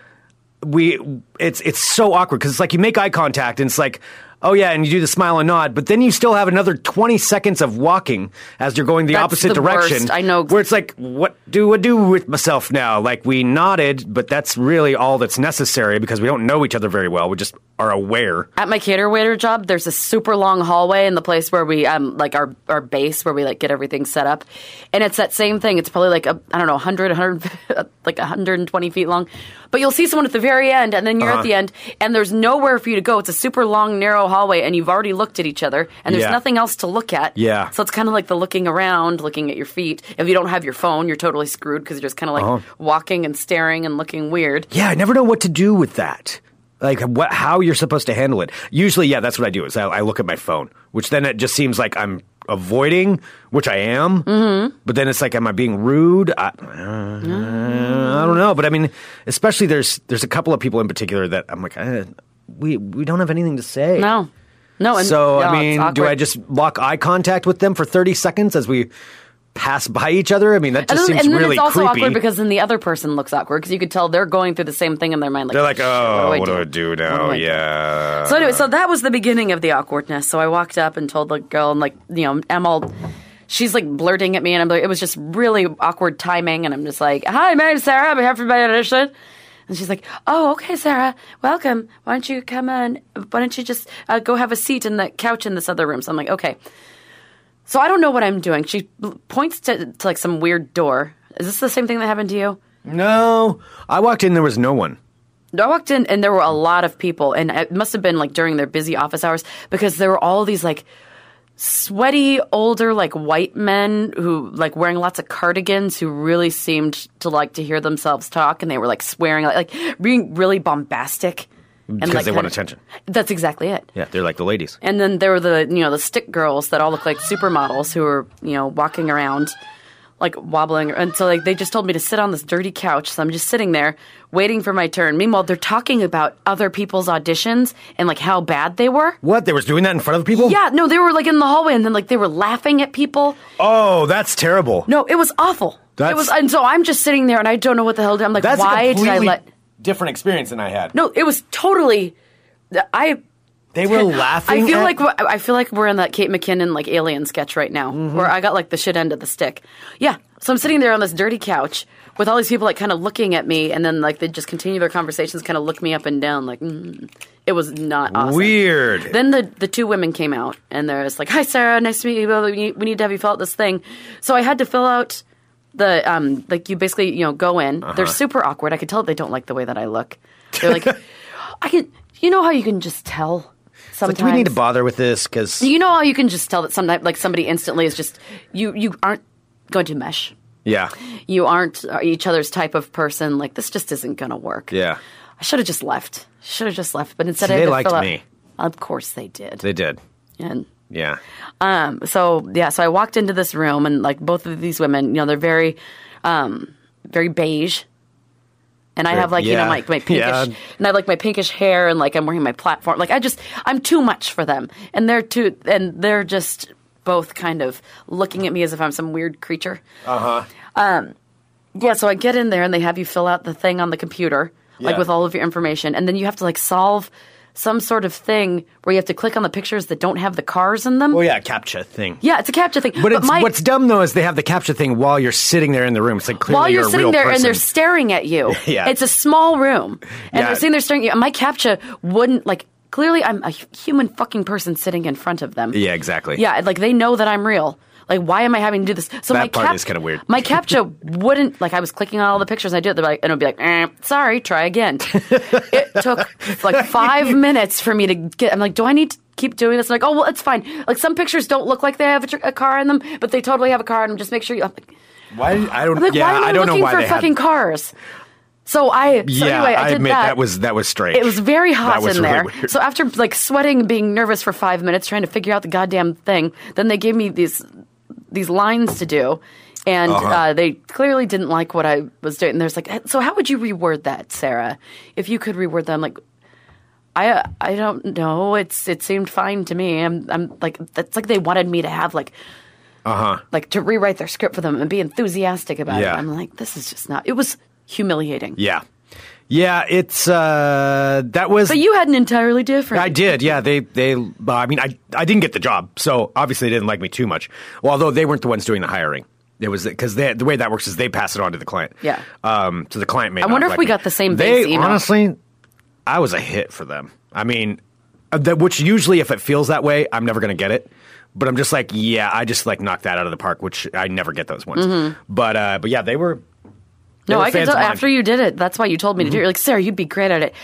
Speaker 6: we it's it's so awkward because it's like you make eye contact and it's like oh yeah and you do the smile and nod but then you still have another 20 seconds of walking as you're going the
Speaker 7: That's
Speaker 6: opposite
Speaker 7: the
Speaker 6: direction
Speaker 7: worst. I know.
Speaker 6: where it's like what do i do with myself now like we nodded but that's really all that's necessary because we don't know each other very well we just are aware
Speaker 7: at my cater waiter job, there's a super long hallway in the place where we um like our our base where we like get everything set up, and it's that same thing. It's probably like a, I don't know 100, 100 like 120 feet long, but you'll see someone at the very end, and then you're
Speaker 6: Uh-huh.
Speaker 7: at the end, and there's nowhere for you to go. It's a super long narrow hallway, and you've already looked at each other, and there's
Speaker 6: Yeah.
Speaker 7: nothing else to look at.
Speaker 6: Yeah.
Speaker 7: So it's kind of like the looking around, looking at your feet. If you don't have your phone, you're totally screwed because you're just kind of like
Speaker 6: Uh-huh.
Speaker 7: walking and staring and looking weird.
Speaker 6: yeah i never know what to do with that like what how you're supposed to handle it usually yeah that's what i do is i, I look at my phone which then it just seems like i'm avoiding which i am mm-hmm. but then it's like am i being rude I,
Speaker 7: Mm.
Speaker 6: I don't know, but I mean, especially there's there's a couple of people in particular that I'm like, eh, we we don't have anything to say.
Speaker 7: No. No, and
Speaker 6: So
Speaker 7: yeah,
Speaker 6: I
Speaker 7: it's
Speaker 6: mean, do
Speaker 7: awkward.
Speaker 6: I just lock eye contact with them for 30 seconds as we pass by each other? I mean, that
Speaker 7: And
Speaker 6: just
Speaker 7: then,
Speaker 6: seems
Speaker 7: and then
Speaker 6: really
Speaker 7: it's also
Speaker 6: creepy.
Speaker 7: awkward because then the other person looks awkward because you could tell they're going through the same thing in their mind. Like,
Speaker 4: They're like,
Speaker 7: "Shit,
Speaker 4: oh, what do I do,
Speaker 7: What do
Speaker 4: now?
Speaker 7: I do?"
Speaker 4: yeah.
Speaker 7: So anyway, so that was the beginning of the awkwardness. So I walked up and told the girl, and like, you know, I'm all, she's like blurting at me, and I'm like, it was just really awkward timing, and I'm just like, hi, my name's Sarah. I'm here for my audition. And she's like, oh, okay, Sarah, welcome. Why don't you come on? Why don't you just uh, go have a seat in the couch in this other room? So I'm like, okay. So I don't know what I'm doing. She points to, to like some weird door. Is this the same thing that happened to you?
Speaker 6: no, I walked in, there was no one.
Speaker 7: I walked in and there were a lot of people, and it must have been like during their busy office hours because there were all these like sweaty, older, like white men who like wearing lots of cardigans who really seemed to like to hear themselves talk, and they were like swearing, like, like being really bombastic.
Speaker 6: Because they want
Speaker 7: kinda-
Speaker 6: attention.
Speaker 7: That's exactly it.
Speaker 6: Yeah, they're like the ladies.
Speaker 7: And then there were the you know the stick girls that all look like supermodels who were you know walking around like wobbling and so like they just told me to sit on this dirty couch so I'm just sitting there waiting for my turn. Meanwhile, they're talking about other people's auditions and like how bad they were.
Speaker 6: What? They were doing that in front of people?
Speaker 7: Yeah, no, they were like in the hallway and then like they were laughing at people.
Speaker 6: Oh, that's terrible.
Speaker 7: No, it was awful.
Speaker 6: That's-
Speaker 7: it was and so I'm just sitting there and I don't know what the hell to do. I'm like
Speaker 6: that's
Speaker 7: why
Speaker 6: a
Speaker 7: did I
Speaker 6: completely
Speaker 7: let
Speaker 6: different experience than I had.
Speaker 7: No, it was totally I
Speaker 6: they were laughing.
Speaker 7: I feel
Speaker 6: at-
Speaker 7: like we- I feel like we're in that Kate McKinnon like alien sketch right now,
Speaker 6: Mm-hmm.
Speaker 7: where I got like the shit end of the stick. Yeah, so I'm sitting there on this dirty couch with all these people like kind of looking at me, and then like they just continue their conversations, kind of look me up and down. Like mm. it was not awesome.
Speaker 6: weird.
Speaker 7: Then the the two women came out, and they're just like, "Hi, Sarah, nice to meet you. blah, blah, We need, we need to have you fill out this thing." So I had to fill out the um like you basically you know go in.
Speaker 6: Uh-huh.
Speaker 7: They're super awkward. I could tell they don't like the way that I look. They're like, I can. You know how you can just tell.
Speaker 6: like,
Speaker 7: Sometimes
Speaker 6: do we need to bother with this? Because
Speaker 7: you know how you can just tell that sometimes like somebody instantly is just you you aren't going to mesh
Speaker 6: yeah,
Speaker 7: you aren't uh, each other's type of person like this just isn't going to work
Speaker 6: yeah,
Speaker 7: i should have just left should have just left but instead
Speaker 6: See,
Speaker 7: I
Speaker 6: they
Speaker 7: had to
Speaker 6: liked
Speaker 7: fill out-
Speaker 6: me.
Speaker 7: of course they did
Speaker 6: they did.
Speaker 7: and
Speaker 6: Yeah,
Speaker 7: um so yeah so i walked into this room and like both of these women you know they're very um very beige and I
Speaker 6: Very-
Speaker 7: have like you
Speaker 6: yeah.
Speaker 7: know like my pinkish
Speaker 6: Yeah.
Speaker 7: and I have like my pinkish hair and like I'm wearing my platform like I just I'm too much for them and they're too and they're just both kind of looking at me as if I'm some weird creature. Uh
Speaker 6: Uh-huh.
Speaker 7: huh. Um, yeah, so I get in there and they have you fill out the thing on the computer like
Speaker 6: Yeah.
Speaker 7: with all of your information and then you have to like solve some sort of thing where you have to click on the pictures that don't have the cars in them.
Speaker 6: well, yeah, captcha thing.
Speaker 7: Yeah, it's a capture thing.
Speaker 6: But, it's,
Speaker 7: my-
Speaker 6: what's dumb though is they have the capture thing while you're sitting there in the room. It's like clearly
Speaker 7: while you're,
Speaker 6: a real
Speaker 7: sitting there and
Speaker 6: person.
Speaker 7: they're staring at you.
Speaker 6: Yeah.
Speaker 7: It's a small room. And
Speaker 6: Yeah.
Speaker 7: they're sitting there staring at you. My captcha wouldn't, like, clearly I'm a hu- human fucking person sitting in front of them.
Speaker 6: yeah, exactly.
Speaker 7: Yeah, like they know that I'm real. Like, why am I having to do this? So
Speaker 6: That
Speaker 7: my
Speaker 6: part
Speaker 7: cap-
Speaker 6: is kinda weird.
Speaker 7: My captcha wouldn't like. I was clicking on all the pictures. And I do it. They're like, and it'd be like, eh, sorry, try again. it took like five minutes for me to get. I'm like, do I need to keep doing this? I'm like, oh well, it's fine. Like some pictures don't look like they have a, tr- a car in them, but they totally have a car in them. Just make sure you. I'm like,
Speaker 6: Why? I don't.
Speaker 7: I'm like,
Speaker 6: yeah,
Speaker 7: why am I,
Speaker 6: I don't know
Speaker 7: looking
Speaker 6: why
Speaker 7: for
Speaker 6: they
Speaker 7: fucking
Speaker 6: had.
Speaker 7: cars? So I. So
Speaker 6: yeah,
Speaker 7: anyway, I, did
Speaker 6: admit that. was that was strange.
Speaker 7: It was very hot
Speaker 6: That was
Speaker 7: in
Speaker 6: really
Speaker 7: there.
Speaker 6: weird.
Speaker 7: So after like sweating, and being nervous for five minutes, trying to figure out the goddamn thing, then they gave me these these lines to do, and
Speaker 6: Uh-huh.
Speaker 7: uh they clearly didn't like what I was doing. And there's like, so how would you reword that, Sarah? If you could reword them, like. I I don't know. It's it seemed fine to me. I'm I'm like that's like they wanted me to have like uh huh like to rewrite their script for them and be enthusiastic about
Speaker 6: Uh-huh. Yeah.
Speaker 7: it. I'm like this is just not. It was humiliating.
Speaker 6: yeah, yeah. It's uh, that was.
Speaker 7: But you had an entirely different.
Speaker 6: I did, yeah. They, they. uh, I mean, I, I didn't get the job, so obviously they didn't like me too much. Well, although they weren't the ones doing the hiring, it was because the way that works is they pass it on to the client.
Speaker 7: Yeah.
Speaker 6: Um. So the client may.
Speaker 7: I
Speaker 6: not
Speaker 7: wonder
Speaker 6: have liked
Speaker 7: if we
Speaker 6: me.
Speaker 7: got the same
Speaker 6: They
Speaker 7: base email.
Speaker 6: honestly, I was a hit for them. I mean, uh, that which usually if it feels that way, I'm never going to get it. But I'm just like, yeah, I just like knocked that out of the park, which I never get those ones. But uh, but yeah, they were. they
Speaker 7: Mm-hmm. No,
Speaker 6: were
Speaker 7: I can
Speaker 6: fans of
Speaker 7: tell
Speaker 6: mine.
Speaker 7: after you did it. That's why you told me to do it. You're like, Sarah, you'd be great at it.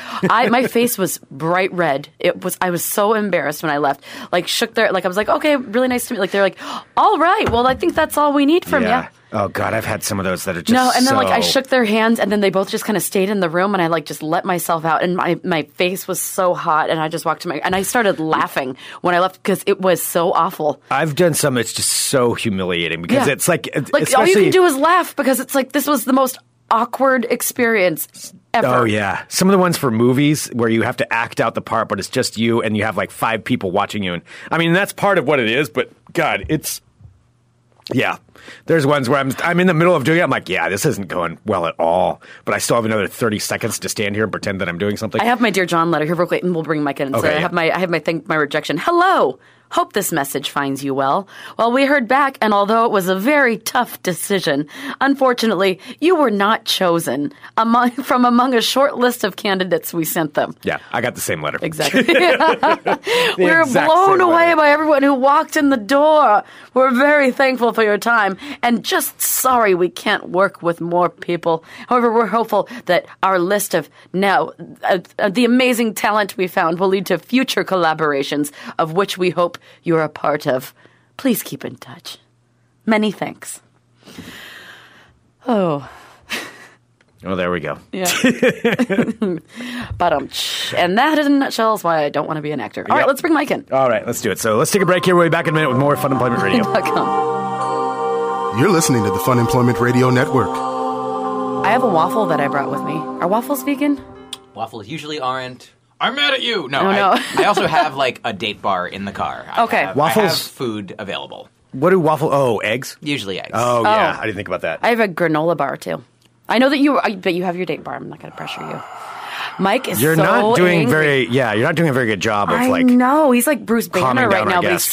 Speaker 7: I my face was bright red. It was I was so embarrassed when I left. Like shook their like I was like, okay, really nice to meet. Like they're like, all right, well I think that's all we need from
Speaker 6: yeah.
Speaker 7: you.
Speaker 6: Oh God, I've had some of those that are just
Speaker 7: No, and then like I
Speaker 6: so-
Speaker 7: shook their hands, and then they both just kind of stayed in the room, and I like just let myself out, and my my face was so hot, and I just walked to my and I started laughing when I left because it was so awful.
Speaker 6: I've done some. It's just so humiliating because
Speaker 7: Yeah.
Speaker 6: it's like,
Speaker 7: like all
Speaker 6: especially,
Speaker 7: you can do is laugh because it's like this was the most awkward experience ever.
Speaker 6: Oh yeah, some of the ones for movies where you have to act out the part, but it's just you and you have like five people watching you. And I mean, that's part of what it is. But God, it's yeah. There's ones where I'm I'm in the middle of doing it. I'm like, yeah, this isn't going well at all. But I still have another thirty seconds to stand here and pretend that I'm doing something.
Speaker 7: I have my dear John letter here real quick, and we'll bring Mike in. so
Speaker 6: Okay,
Speaker 7: I have
Speaker 6: yeah.
Speaker 7: my I have my thing my rejection. Hello. Hope this message finds you well. Well, we heard back, and although it was a very tough decision, unfortunately, you were not chosen among, from among a short list of candidates we sent them.
Speaker 6: yeah, I got the same letter.
Speaker 7: Exactly. we were
Speaker 6: exact
Speaker 7: blown
Speaker 6: same
Speaker 7: away
Speaker 6: letter.
Speaker 7: by everyone who walked in the door. We're very thankful for your time and just sorry we can't work with more people. However, we're hopeful that our list of now, uh, uh, the amazing talent we found will lead to future collaborations of which we hope you're a part of. Please keep in touch. Many thanks. Oh.
Speaker 6: Oh, there we go.
Speaker 7: Yeah. but um, and that in a nutshell is why I don't want to be an actor. All right,
Speaker 6: Yep.
Speaker 7: let's bring Mike in.
Speaker 6: All right, let's do it. So let's take a break here. We'll be back in a minute with more Fun Employment Radio.
Speaker 7: Come.
Speaker 1: You're listening to the Fun Employment Radio Network.
Speaker 7: I have a waffle that I brought with me. Are waffles vegan?
Speaker 4: Waffles usually aren't. I'm mad at you. No,
Speaker 7: Oh,
Speaker 4: I,
Speaker 7: no.
Speaker 4: I also have like a date bar in the car. I
Speaker 7: Okay.
Speaker 4: have- I have
Speaker 6: Waffles-
Speaker 4: food available.
Speaker 6: What do waffle? Oh, eggs.
Speaker 4: Usually eggs.
Speaker 6: Oh, yeah,
Speaker 7: Oh.
Speaker 6: I didn't think about that.
Speaker 7: I have a granola bar too. I know that you, I- but you have your date bar. I'm not going to pressure you. Mike is
Speaker 6: You're
Speaker 7: so
Speaker 6: not doing
Speaker 7: angry.
Speaker 6: very yeah. You're not doing a very good job of
Speaker 7: I
Speaker 6: like
Speaker 7: know he's like Bruce
Speaker 6: calming
Speaker 7: Banner right
Speaker 6: down our
Speaker 7: now, but he's
Speaker 6: guests.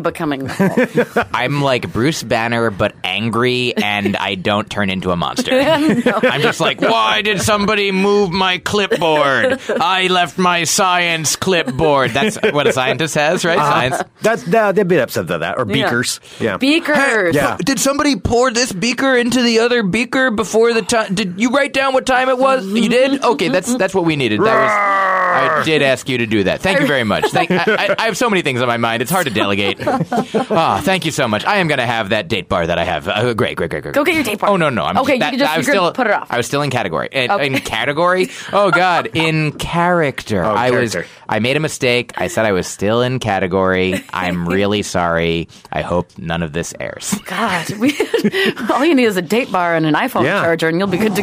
Speaker 7: becoming. normal.
Speaker 4: I'm like Bruce Banner, but angry, and I don't turn into a monster. I'm just like, why did somebody move my clipboard? I left my science clipboard. That's what a scientist has, right?
Speaker 6: Uh-huh.
Speaker 4: Science.
Speaker 6: that's that, they'd be upset about that or beakers. Yeah,
Speaker 7: Beakers.
Speaker 6: Yeah.
Speaker 4: Did somebody pour this beaker into the other beaker before the time? Did you write down what time it was? You did. Okay, that's that's what we needed. That was. I did ask you to do that. Thank you very much. Thank, I, I, I have so many things on my mind. It's hard to delegate. Ah, thank you so much. I am going to have that date bar that I have. Uh, great, great, great, great.
Speaker 7: Go get your date bar.
Speaker 4: Oh no, no. I'm
Speaker 7: Okay, you
Speaker 4: that,
Speaker 7: can just-
Speaker 4: I was
Speaker 7: you're gonna
Speaker 4: still,
Speaker 7: put it off.
Speaker 4: I was still in category. In, in category. Oh God, in character.
Speaker 6: Oh,
Speaker 4: I was.
Speaker 6: character.
Speaker 4: I made a mistake. I said I was still in category. I'm really sorry. I hope none of this airs.
Speaker 7: God, we, all you need is a date bar and an iPhone
Speaker 6: Yeah.
Speaker 7: charger, and you'll be good to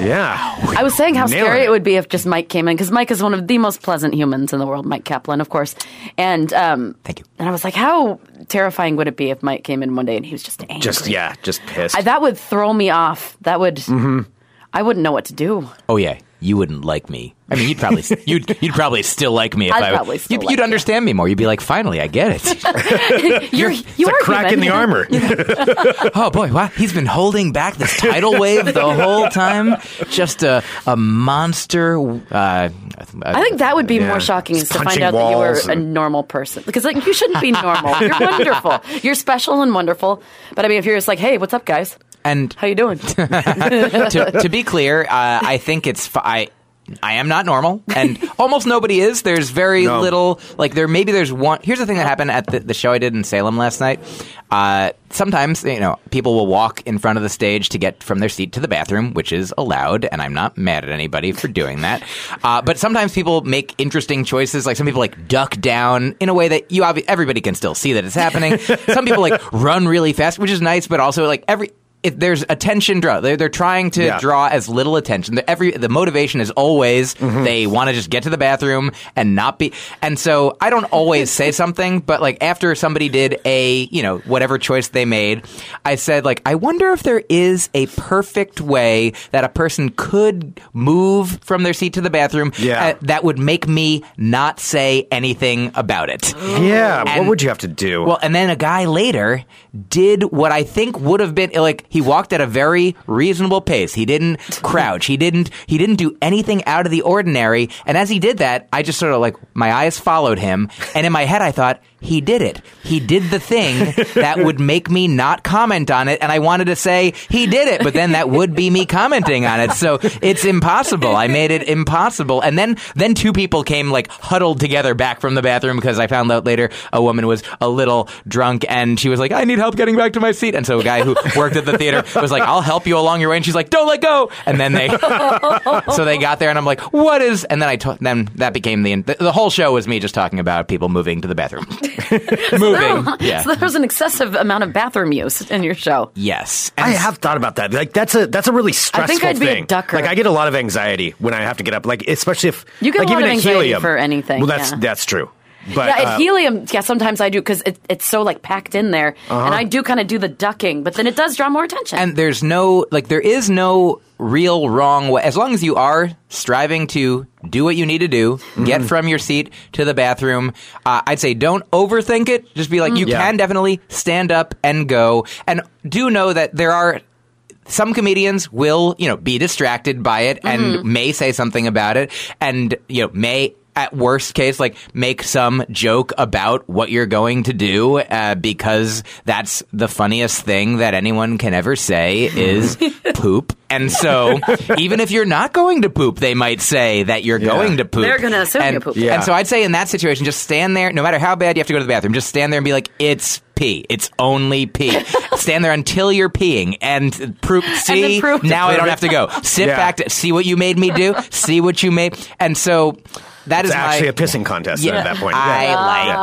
Speaker 6: yeah.
Speaker 7: I was saying how
Speaker 6: Nailing
Speaker 7: scary
Speaker 6: it.
Speaker 7: it. would be if just Mike came in because Mike is one of the most pleasant humans in the world, Mike Kaplan, of course. And um,
Speaker 4: Thank you.
Speaker 7: And I was like, how terrifying would it be if Mike came in one day and he was just angry?
Speaker 6: Just yeah, just pissed. Mm-hmm.
Speaker 7: I, that would throw me off. That would. I wouldn't know what to do.
Speaker 4: Oh yeah. you wouldn't like me. I mean, you'd probably you'd you'd probably still like me if
Speaker 7: I'd
Speaker 4: I
Speaker 7: probably still
Speaker 4: you'd,
Speaker 7: like
Speaker 4: you'd
Speaker 7: you.
Speaker 4: understand me more. You'd be like, finally, I get it.
Speaker 7: You're, you
Speaker 6: It's
Speaker 7: are
Speaker 6: a crack in
Speaker 7: human.
Speaker 6: the armor.
Speaker 4: oh boy, wow, he's been holding back this tidal wave the whole time. Just a a monster. Uh,
Speaker 7: I think that would be
Speaker 6: Yeah.
Speaker 7: more shocking is
Speaker 6: Just
Speaker 7: to find
Speaker 6: punching
Speaker 7: out that you were
Speaker 6: walls
Speaker 7: a
Speaker 6: and-
Speaker 7: normal person because like you shouldn't be normal. You're wonderful. You're special and wonderful. But I mean, if you're just like, hey, what's up, guys?
Speaker 4: and
Speaker 7: How you doing?
Speaker 4: to, to be clear, uh, I think it's fi- I. I am not normal, and almost nobody is. There's very
Speaker 6: No.
Speaker 4: little. Like there, maybe there's one. Here's the thing that happened at the, the show I did in Salem last night. Uh, sometimes you know people will walk in front of the stage to get from their seat to the bathroom, which is allowed, and I'm not mad at anybody for doing that. Uh, but sometimes people make interesting choices. Like some people like duck down in a way that you obvi- everybody can still see that it's happening. some people like run really fast, which is nice, but also like every if there's attention draw. They're, they're trying to
Speaker 6: Yeah.
Speaker 4: draw as little attention. The, every the motivation is always they want to just get to the bathroom and not be. And so I don't always say something, but like after somebody did a you know whatever choice they made, I said like I wonder if there is a perfect way that a person could move from their seat to the bathroom
Speaker 6: Yeah.
Speaker 4: uh, that would make me not say anything about it.
Speaker 6: Yeah, what
Speaker 4: And-
Speaker 6: would you have to do?
Speaker 4: Well, and then a guy later did what I think would have been like he walked at a very reasonable pace. He didn't crouch. He didn't he didn't do anything out of the ordinary. And as he did that, I just sort of like my eyes followed him, and in my head I thought he did it. He did the thing that would make me not comment on it, and I wanted to say he did it, but then that would be me commenting on it. So it's impossible. I made it impossible. And then then two people came like huddled together back from the bathroom because I found out later a woman was a little drunk and she was like, I need help getting back to my seat. And so a guy who worked at the theater was like, I'll help you along your way. And she's like, Don't let go. And then they so they got there and I'm like, What is? And then I ta- then that became the the the whole show was me just talking about people moving to the bathroom, moving. Yeah.
Speaker 7: So there was an excessive amount of bathroom use in your show.
Speaker 4: Yes,
Speaker 6: I have thought about that. Like that's a that's a really stressful
Speaker 7: think I'd be a
Speaker 6: thing.
Speaker 7: ducker.
Speaker 6: Like I get a lot of anxiety when I have to get up. Like especially if
Speaker 7: You get a
Speaker 6: like,
Speaker 7: lot
Speaker 6: even
Speaker 7: of
Speaker 6: at
Speaker 7: anxiety
Speaker 6: helium.
Speaker 7: for anything,
Speaker 6: Well, that's
Speaker 7: yeah.
Speaker 6: that's true. But
Speaker 7: yeah, at
Speaker 6: uh,
Speaker 7: helium. Yeah, sometimes I do because it, it's so like packed in there,
Speaker 6: Uh-huh.
Speaker 7: and I do kind of do the ducking, but then it does draw more attention.
Speaker 4: and there's no like there is no real wrong way as long as you are striving to do what you need to do get from your seat to the bathroom uh, i'd say don't overthink it just be like you
Speaker 6: Yeah.
Speaker 4: can definitely stand up and go and do know that there are some comedians will you know be distracted by it and
Speaker 7: Mm-hmm.
Speaker 4: may say something about it and you know may at worst case like make some joke about what you're going to do uh, because that's the funniest thing that anyone can ever say is poop and so even if you're not going to poop they might say that you're going to poop
Speaker 7: They're gonna assume
Speaker 4: and,
Speaker 7: you pooped.
Speaker 6: Yeah.
Speaker 4: and so i'd say in that situation just stand there no matter how bad you have to go to the bathroom just stand there and be like it's pee it's only pee stand there until you're peeing and prove
Speaker 7: then
Speaker 4: see
Speaker 7: prove-
Speaker 4: now I don't have to go. Sit
Speaker 6: Yeah.
Speaker 4: back to see what you made me do. See what you made. And so that is
Speaker 6: it's actually
Speaker 4: my,
Speaker 6: a pissing contest then at that point.
Speaker 4: I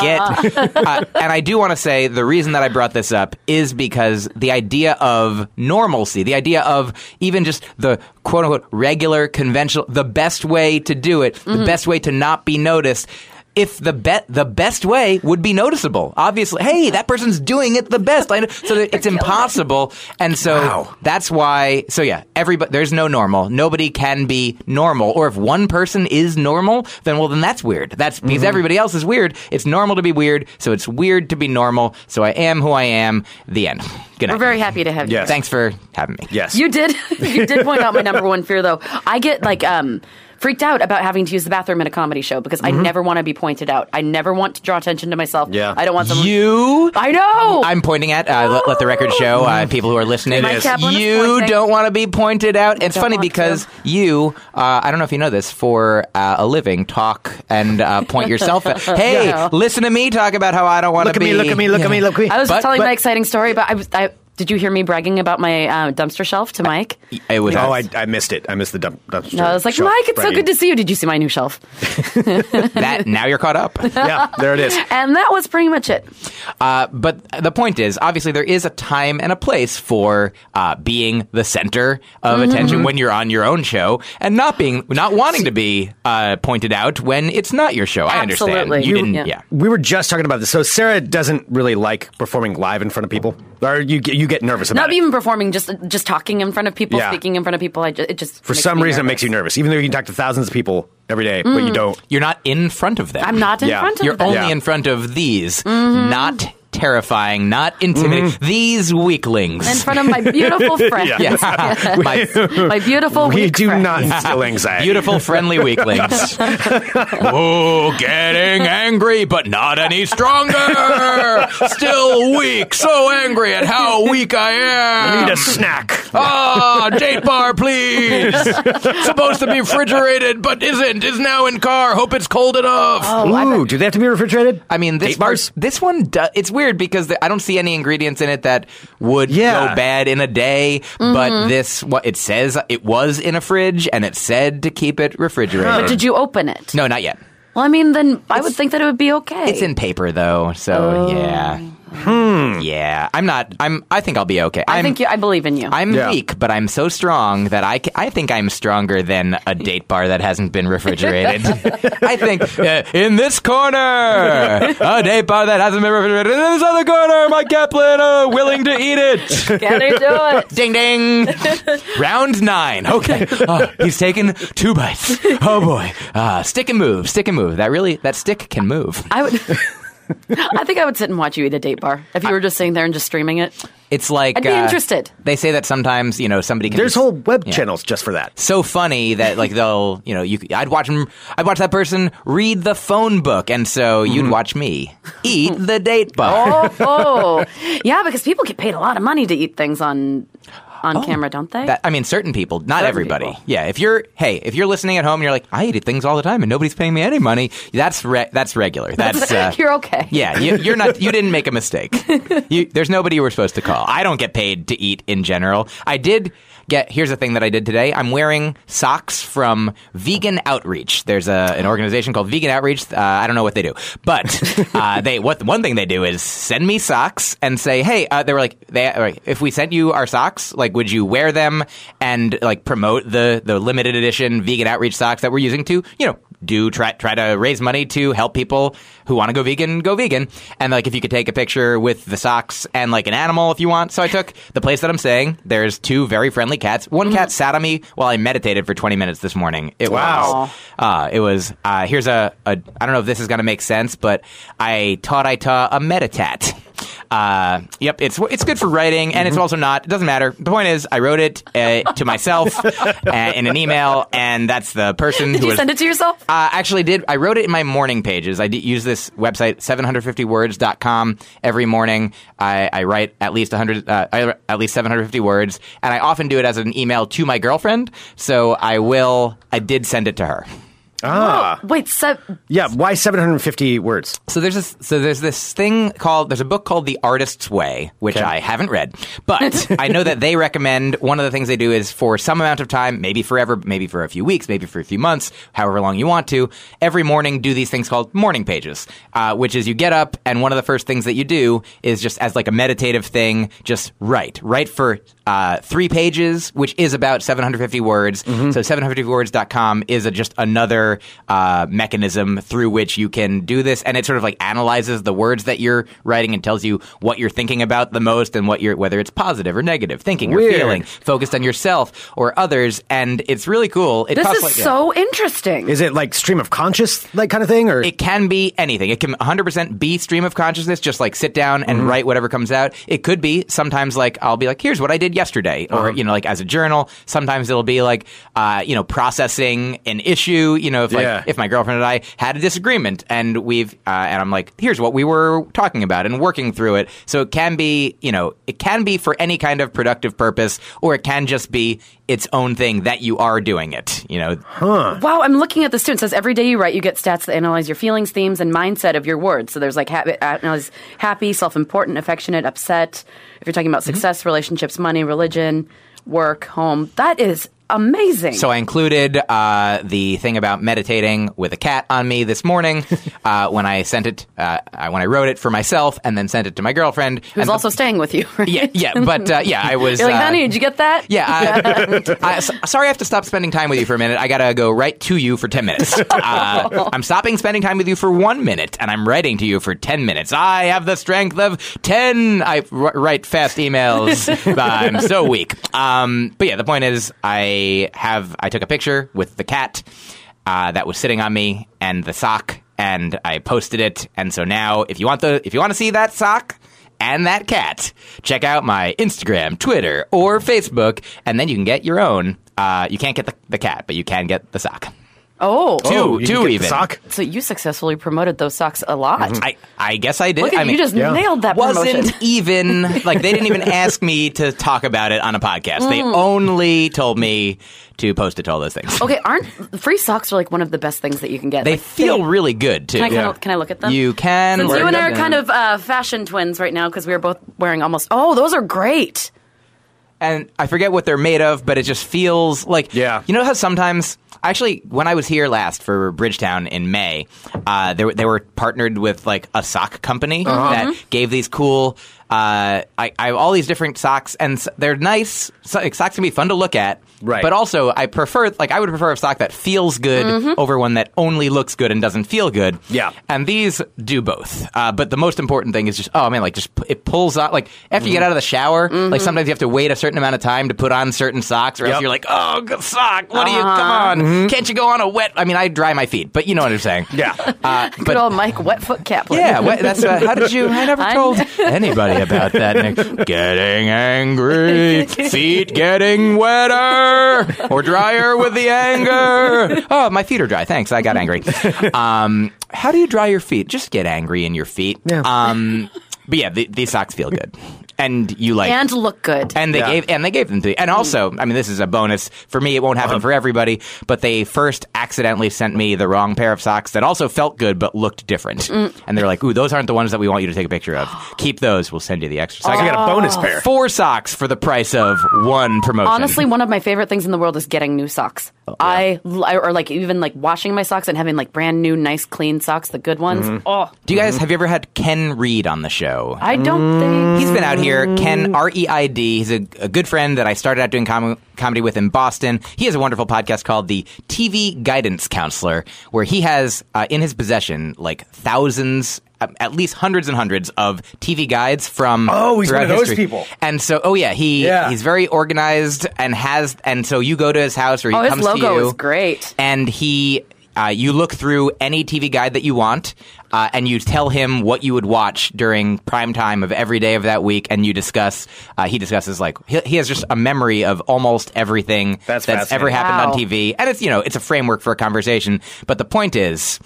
Speaker 6: Yeah.
Speaker 4: like it. Uh, and I do want to say the reason that I brought this up is because the idea of normalcy, the idea of even just the quote unquote regular, conventional, the best way to do it,
Speaker 6: Mm-hmm.
Speaker 4: the best way to not be noticed. If the bet the best way would be noticeable, obviously, hey, that person's doing it the best. I know, so that it's impossible, and so
Speaker 6: Wow.
Speaker 4: that's why. So yeah, everybody. There's no normal. Nobody can be normal. Or if one person is normal, then well, then that's weird. That's because everybody else is weird. It's normal to be weird. So it's weird to be normal. So I am who I am. The end. Good night.
Speaker 7: We're very happy to have you.
Speaker 6: Yes.
Speaker 4: Thanks for having me.
Speaker 6: Yes.
Speaker 7: You did. you did point out my number one fear, though. I get like um, freaked out about having to use the bathroom in a comedy show because I never want to be pointed out. I never want to draw attention to myself.
Speaker 6: Mm-hmm. Yeah.
Speaker 7: I don't want someone.
Speaker 4: You.
Speaker 7: I know.
Speaker 4: I'm pointing at. Uh, let, let the record show. Uh, people who are listening,
Speaker 7: Mike Mm-hmm. Kaplan is
Speaker 4: you
Speaker 7: pointing.
Speaker 4: don't want to be pointed out. It's
Speaker 7: don't
Speaker 4: funny
Speaker 7: want
Speaker 4: because
Speaker 7: to.
Speaker 4: you. Uh, I don't know if you know this. For uh, a living, talk and uh, point yourself. at, Hey,
Speaker 7: Yeah.
Speaker 4: listen to me talk about how I don't want
Speaker 6: look
Speaker 4: to
Speaker 6: at
Speaker 4: be.
Speaker 6: me, look at me, look at me, look at me.
Speaker 7: I was
Speaker 4: But-
Speaker 7: telling
Speaker 4: but-
Speaker 7: my exciting story, but I was. I, did you hear me bragging about my uh, dumpster shelf to Mike?
Speaker 4: It was.
Speaker 6: Oh, I, I missed it. I missed the dump, dumpster.
Speaker 7: No, I was like,
Speaker 6: shelf
Speaker 7: Mike, it's so
Speaker 6: bragging.
Speaker 7: good to see you. Did you see my new shelf?
Speaker 4: that now you're caught up.
Speaker 6: Yeah, there it is.
Speaker 7: And that was pretty much it.
Speaker 4: Uh, but the point is, obviously, there is a time and a place for uh, being the center of
Speaker 7: Mm-hmm.
Speaker 4: attention when you're on your own show, and not being, not wanting to be uh, pointed out when it's not your show. I understand.
Speaker 7: Absolutely.
Speaker 4: You
Speaker 7: You-
Speaker 4: didn't,
Speaker 7: yeah.
Speaker 4: yeah.
Speaker 6: We were just talking about this. So Sarah doesn't really like performing live in front of people. Or you get- you get nervous about
Speaker 7: Not
Speaker 6: it.
Speaker 7: even performing, just just talking in front of people,
Speaker 6: Yeah.
Speaker 7: speaking in front of people. I just, it just
Speaker 6: For some reason, it makes you nervous, even though you can talk to thousands of people every day, but
Speaker 4: Mm.
Speaker 6: you don't.
Speaker 4: You're not in front of them.
Speaker 7: I'm not in
Speaker 6: Yeah.
Speaker 7: front of
Speaker 4: You're
Speaker 7: them. Mm-hmm.
Speaker 4: only
Speaker 6: Yeah.
Speaker 4: in front of these, not terrifying, not intimidating.
Speaker 6: Mm-hmm.
Speaker 4: These weaklings.
Speaker 7: in front of my beautiful friends.
Speaker 4: Yes. My
Speaker 7: My beautiful
Speaker 6: We
Speaker 7: weak
Speaker 6: do
Speaker 7: friends.
Speaker 6: not instill anxiety.
Speaker 4: beautiful, friendly weaklings. oh, getting angry, but not any stronger. Still weak, so angry at how weak I am.
Speaker 6: Need a snack.
Speaker 4: Ah, date bar, please. Supposed to be refrigerated, but isn't. Is now in car. Hope it's cold enough.
Speaker 6: Ooh, do they have to be refrigerated?
Speaker 4: oh, I mean, this
Speaker 6: Date bars?
Speaker 4: part- this one, do, it's weird because the, I don't see any ingredients in it that would
Speaker 6: Yeah.
Speaker 4: go bad in a day. But
Speaker 7: Mm-hmm.
Speaker 4: this, what it says, it was in a fridge and it said to keep it refrigerated.
Speaker 7: But did you open it?
Speaker 4: no, not yet.
Speaker 7: Well, I mean, then I would think that it would be okay.
Speaker 4: It's in paper though, so yeah.
Speaker 7: Oh.
Speaker 6: Hmm.
Speaker 4: Yeah, I'm not. I'm. I think I'll be okay.
Speaker 7: I
Speaker 4: am
Speaker 7: think you, I believe in you.
Speaker 4: I'm
Speaker 6: Yeah.
Speaker 4: weak, but I'm so strong that I, ca- I think I'm stronger than a date bar that hasn't been refrigerated. I think uh, in this corner, a date bar that hasn't been refrigerated. In this other corner, my Kaplan uh, willing to eat it.
Speaker 7: Can I do it?
Speaker 4: Ding ding. Round nine. Okay, Ah, he's taken two bites. Oh boy, Ah, stick and move, stick and move. That really, that stick can move.
Speaker 7: I would. I think I would sit and watch you eat a date bar if you were just sitting there and just streaming it.
Speaker 4: It's like uh,
Speaker 7: I'd be interested.
Speaker 4: They say that sometimes you know somebody can
Speaker 6: There's
Speaker 4: just-
Speaker 6: whole web
Speaker 4: Yeah.
Speaker 6: channels just for that.
Speaker 4: so funny that like they'll you know you I'd watch them I'd watch that person read the phone book and so you'd watch me eat the date bar.
Speaker 7: Mm-hmm. Oh, oh, yeah, because people get paid a lot of money to eat things on on camera, don't they?
Speaker 4: Oh, That, I mean, certain people, not
Speaker 7: Certain
Speaker 4: everybody.
Speaker 7: people.
Speaker 4: Yeah, if you're hey, if you're listening at home and you're like, I eat things all the time and nobody's paying me any money, that's re- that's regular. That's uh,
Speaker 7: You're okay.
Speaker 4: Yeah, you, you're not. You didn't make a mistake. You, there's nobody you were supposed to call. I don't get paid to eat in general. I did get. Here's the thing that I did today. I'm wearing socks from Vegan Outreach. There's a, an organization called Vegan Outreach. Uh, I don't know what they do, but uh, they what one thing they do is send me socks and say, hey, uh, they were like, they, all right, if we sent you our socks, like, would you wear them and like promote the the limited edition Vegan Outreach socks that we're using to, you know, do try try to raise money to help people who want to go vegan go vegan and like if you could take a picture with the socks and like an animal if you want so i took the place that i'm staying there's two very friendly cats one
Speaker 7: Mm-hmm.
Speaker 4: cat sat on me while i meditated for 20 minutes this morning it
Speaker 6: Wow.
Speaker 4: was uh, it was uh, here's a, a i don't know if this is going to make sense but i taught i taught a meditat uh, yep, it's it's good for writing, and it's
Speaker 7: Mm-hmm.
Speaker 4: also not. It doesn't matter. The point is, I wrote it uh, to myself uh, in an email, and that's the person
Speaker 7: Did
Speaker 4: who
Speaker 7: you
Speaker 4: was
Speaker 7: send it to yourself?
Speaker 4: uh, actually did i wrote it in my morning pages i d- use this website 750words.com every morning i, I write at least 100 uh, I, write at least 750 words and i often do it as an email to my girlfriend so i will i did send it to her
Speaker 6: Ah.
Speaker 7: Wait, so
Speaker 6: Yeah, why 750 words?
Speaker 4: so there's this so there's this thing called there's a book called The Artist's Way, which
Speaker 6: Okay.
Speaker 4: I haven't read, but I know that they recommend one of the things they do is for some amount of time, maybe forever, maybe for a few weeks, maybe for a few months, however long you want to, every morning do these things called morning pages, uh, which is you get up and one of the first things that you do is just as like a meditative thing, just write, write for uh, three pages, which is about 750 words.
Speaker 7: Mm-hmm.
Speaker 4: So 750words.com is a, just another uh, mechanism through which you can do this, and it sort of like analyzes the words that you're writing and tells you what you're thinking about the most and what you're whether it's positive or negative thinking
Speaker 6: Weird.
Speaker 4: or feeling, focused on yourself or others, and it's really cool. It
Speaker 7: this
Speaker 4: costs
Speaker 7: is
Speaker 4: like-
Speaker 7: so interesting.
Speaker 6: Is it like stream of conscious like kind of thing or
Speaker 4: it can be anything. It can 100% be stream of consciousness, just like sit down and write whatever comes out. It could be sometimes like, I'll be like, here's what I did yesterday, or, you know, like as a journal. Sometimes it'll be like, uh, you know, processing an issue. You know, if like,
Speaker 6: Yeah.
Speaker 4: if my girlfriend and I had a disagreement and we've, uh, and I'm like, here's what we were talking about and working through it. So it can be, you know, it can be for any kind of productive purpose, or it can just be its own thing that you are doing it, you know.
Speaker 7: Wow, I'm looking at the student. It says every day you write, you get stats that analyze your feelings, themes, and mindset of your words. So there's like ha- analyze happy, self important, affectionate,
Speaker 4: Mm-hmm.
Speaker 7: upset. If you're talking about success, relationships, money, religion, work, home, that is amazing.
Speaker 4: So I included uh, the thing about meditating with a cat on me this morning uh, when I sent it, uh, I- when I wrote it for myself, and then sent it to my girlfriend.
Speaker 7: Who's
Speaker 4: and
Speaker 7: also staying with you? right?
Speaker 4: yeah, yeah, but uh, yeah, I was.
Speaker 7: You're like,
Speaker 4: uh,
Speaker 7: honey, did you get that?
Speaker 4: yeah, I, I, s- sorry, I have to stop spending time with you for a minute. I gotta go right to you for ten minutes. Uh, I'm stopping spending time with you for one minute, and I'm writing to you for ten minutes. I have the strength of ten. I w- write fast emails. I'm so weak. Um, but yeah, the point is, I have. I took a picture with the cat uh, that was sitting on me and the sock, and I posted it. And so now, if you want the, if you want to see that sock and that cat. Check out my Instagram, Twitter, or Facebook, and then you can get your own. Uh, you can't get the, the cat, but you can get the sock.
Speaker 7: Oh,
Speaker 6: Oh,
Speaker 4: Two,
Speaker 6: you
Speaker 4: two
Speaker 6: can get the
Speaker 4: even.
Speaker 6: sock.
Speaker 7: so you successfully promoted those socks a lot.
Speaker 4: Mm-hmm. I, I guess I did.
Speaker 7: Look at
Speaker 4: I
Speaker 7: you, you just
Speaker 6: yeah.
Speaker 7: nailed that
Speaker 4: wasn't
Speaker 7: promotion.
Speaker 4: even like they didn't even ask me to talk about it on a podcast. They
Speaker 7: Mm.
Speaker 4: only told me to post it to all those things.
Speaker 7: Okay, aren't free socks are like one of the best things that you can get?
Speaker 4: They
Speaker 7: Like,
Speaker 4: feel really good too.
Speaker 7: Can I, can,
Speaker 6: Yeah.
Speaker 7: I, can I look at them?
Speaker 4: You can.
Speaker 7: Since
Speaker 4: wear
Speaker 7: you and I are
Speaker 4: them.
Speaker 7: kind of uh, fashion twins right now because we are both wearing almost. Oh, those are great.
Speaker 4: and I forget what they're made of, but it just feels like
Speaker 6: Yeah.
Speaker 4: You know how sometimes actually when I was here last for Bridgetown in May, uh, they were- they were partnered with like a sock company
Speaker 6: Uh-huh.
Speaker 4: that gave these cool. Uh, I, I have all these different socks, and s- they're nice. So, like, socks can be fun to look at,
Speaker 6: Right.
Speaker 4: But also, I prefer like I would prefer a sock that feels good over one that only looks good and doesn't feel good.
Speaker 6: Yeah.
Speaker 4: and these do both. Uh, but the most important thing is just oh man, like just p- it pulls out like after you get out of the shower, like sometimes you have to wait a certain amount of time to put on certain socks, or else
Speaker 6: Yep.
Speaker 4: you're like oh good sock, what do you come on? Can't you go on a wet? I mean, I dry my feet, but you know what I'm saying.
Speaker 6: Yeah.
Speaker 4: uh,
Speaker 7: Good
Speaker 4: but.
Speaker 7: old Mike Wet Foot Kaplan.
Speaker 4: Yeah, what, that's uh, how did you? I never
Speaker 7: I-
Speaker 4: told anybody about that. Nick. Getting angry, feet getting wetter or drier with the anger. Oh, my feet are dry. Thanks, I got angry. Um, how do you dry your feet? Just get angry in your feet.
Speaker 6: Yeah.
Speaker 4: Um, but yeah, the, these socks feel good, and you like
Speaker 7: And look good.
Speaker 4: and they
Speaker 6: Yeah.
Speaker 4: gave and they gave them to me. And also, I mean, this is a bonus for me. It won't happen for everybody, but they first accidentally sent me the wrong pair of socks that also felt good but looked different. And they're like, "Ooh, those aren't the ones that we want you to take a picture of. Keep those. We'll send you the extra." So
Speaker 6: I
Speaker 4: I
Speaker 6: got a bonus pair.
Speaker 4: got Oh. four socks for the price of one promotion.
Speaker 7: Honestly, one of my favorite things in the world is getting new socks. I, I or like even like washing my socks and having like brand new, nice, clean socks, the good ones. Oh,
Speaker 4: do you guys have you ever had Ken Reed on the show?
Speaker 7: I don't think
Speaker 4: He's been out here. Ken R E I D. He's a, a good friend that I started out doing com- comedy with in Boston. He has a wonderful podcast called the TV Guidance Counselor, where he has uh, in his possession like thousands. um, At least hundreds and hundreds of TV guides from
Speaker 6: Oh, he's one
Speaker 4: throughout
Speaker 6: of those
Speaker 4: history.
Speaker 6: people.
Speaker 4: And so, oh yeah, he
Speaker 6: Yeah.
Speaker 4: he's very organized and has. And so you go to his house or he
Speaker 7: Oh, his
Speaker 4: comes
Speaker 7: logo
Speaker 4: to you
Speaker 7: is great.
Speaker 4: and he uh, you look through any TV guide that you want, uh, and you tell him what you would watch during prime time of every day of that week, and you discuss. Uh, he discusses like he, he has just a memory of almost everything
Speaker 6: That's fascinating.
Speaker 4: ever happened
Speaker 7: Wow.
Speaker 4: on TV, and it's you know it's a framework for a conversation. But the point is.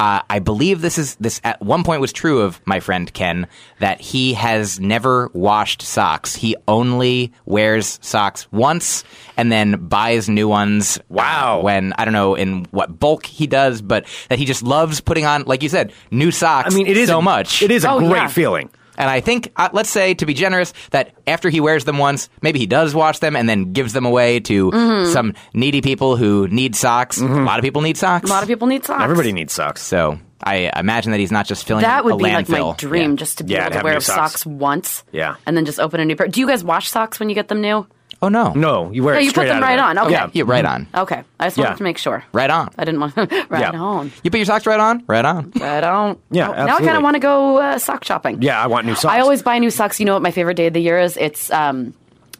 Speaker 4: Uh, I believe this is this at one point was true of my friend Ken that he has never washed socks. He only wears socks once and then buys new ones.
Speaker 6: Wow.
Speaker 4: uh, when I don't know in what bulk he does, but that he just loves putting on, like you said, new socks.
Speaker 6: I mean, it is
Speaker 4: so
Speaker 6: a-
Speaker 4: much.
Speaker 6: It is a
Speaker 7: Oh,
Speaker 6: great
Speaker 7: yeah.
Speaker 6: feeling.
Speaker 4: And I think, uh, let's say, to be generous, that after he wears them once, maybe he does wash them and then gives them away to
Speaker 7: Mm-hmm.
Speaker 4: some needy people who need socks. A lot of people need socks.
Speaker 7: a lot of people need socks.
Speaker 6: Everybody needs socks.
Speaker 4: So I imagine that he's not just filling
Speaker 7: That would
Speaker 4: a
Speaker 7: be like
Speaker 4: landfill.
Speaker 7: my dream,
Speaker 4: Yeah.
Speaker 7: just to be
Speaker 6: Yeah, to
Speaker 7: able to
Speaker 6: have
Speaker 7: wear
Speaker 6: new
Speaker 7: socks.
Speaker 6: socks.
Speaker 7: once.
Speaker 6: Yeah.
Speaker 7: And then just open a new pair. Do you guys wash socks when you get them new?
Speaker 4: Oh no,
Speaker 6: No, you wear
Speaker 7: No,
Speaker 6: it
Speaker 7: you put
Speaker 6: straight
Speaker 7: them
Speaker 6: out
Speaker 7: right
Speaker 6: of
Speaker 7: on.
Speaker 6: there.
Speaker 7: Okay.
Speaker 4: Yeah, yeah, right on,
Speaker 7: Okay. I just wanted
Speaker 6: Yeah.
Speaker 7: to make sure.
Speaker 4: right on.
Speaker 7: I didn't want right
Speaker 6: Yeah.
Speaker 7: on.
Speaker 4: You put your socks right on, right on.
Speaker 7: Right on.
Speaker 6: Yeah,
Speaker 7: Oh, now I kind
Speaker 6: absolutely.
Speaker 7: of want to go uh, sock shopping.
Speaker 6: Yeah, I want new socks.
Speaker 7: I always buy new socks. You know what my favorite day of the year is? It's um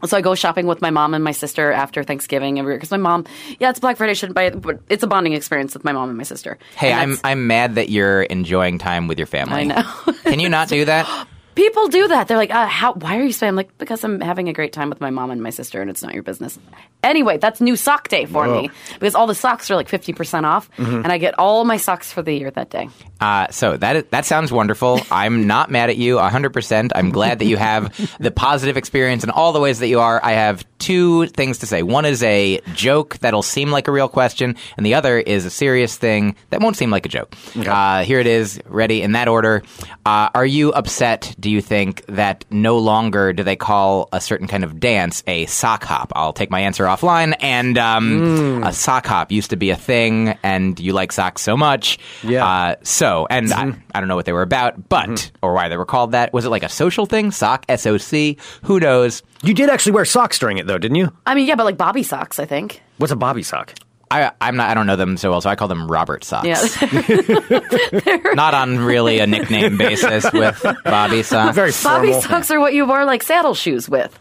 Speaker 7: so I go shopping with my mom and my sister after Thanksgiving every year because my mom, yeah, it's Black Friday, I shouldn't buy it, but it's a bonding experience with my mom and my sister.
Speaker 4: Hey,
Speaker 7: And
Speaker 4: I'm
Speaker 7: that's-
Speaker 4: I'm mad that you're enjoying time with your
Speaker 7: I
Speaker 4: family.
Speaker 7: know.
Speaker 4: Can you not do that?
Speaker 7: people do that. They're like, uh, how? Why are you spending? I'm like, because I'm having a great time with my mom and my sister, and it's not your business. Anyway, that's new sock day for me because all the socks are like fifty percent off,
Speaker 6: Mm-hmm.
Speaker 7: and I get all my socks for the year that day.
Speaker 4: Uh, so that is- that sounds wonderful. I'm not mad at you 100%. I'm glad that you have the positive experience in all the ways that you are. I have two things to say. One is a joke that'll seem like a real question, and the other is a serious thing that won't seem like a joke. Uh, here it is, ready in that order. Uh, are you upset? Do do you think that no longer do they call a certain kind of dance a sock hop? I'll take my answer offline. And um, a sock hop used to be a thing, and you like socks so much.
Speaker 6: Yeah.
Speaker 4: Uh, so, and
Speaker 6: Mm-hmm.
Speaker 4: I, I don't know what they were about, but, or why they were called that. Was it like a social thing? Sock, S O C? Who knows?
Speaker 6: You did actually wear socks during it, though, didn't you?
Speaker 7: I mean, yeah, but like bobby socks, I think.
Speaker 6: What's a bobby sock?
Speaker 4: I, I'm not. I don't know them so well, so I call them Robert socks.
Speaker 7: Yeah.
Speaker 4: Not on really a nickname basis with Bobby socks.
Speaker 6: Very
Speaker 7: bobby
Speaker 6: formal.
Speaker 7: socks are what you wear like saddle shoes with.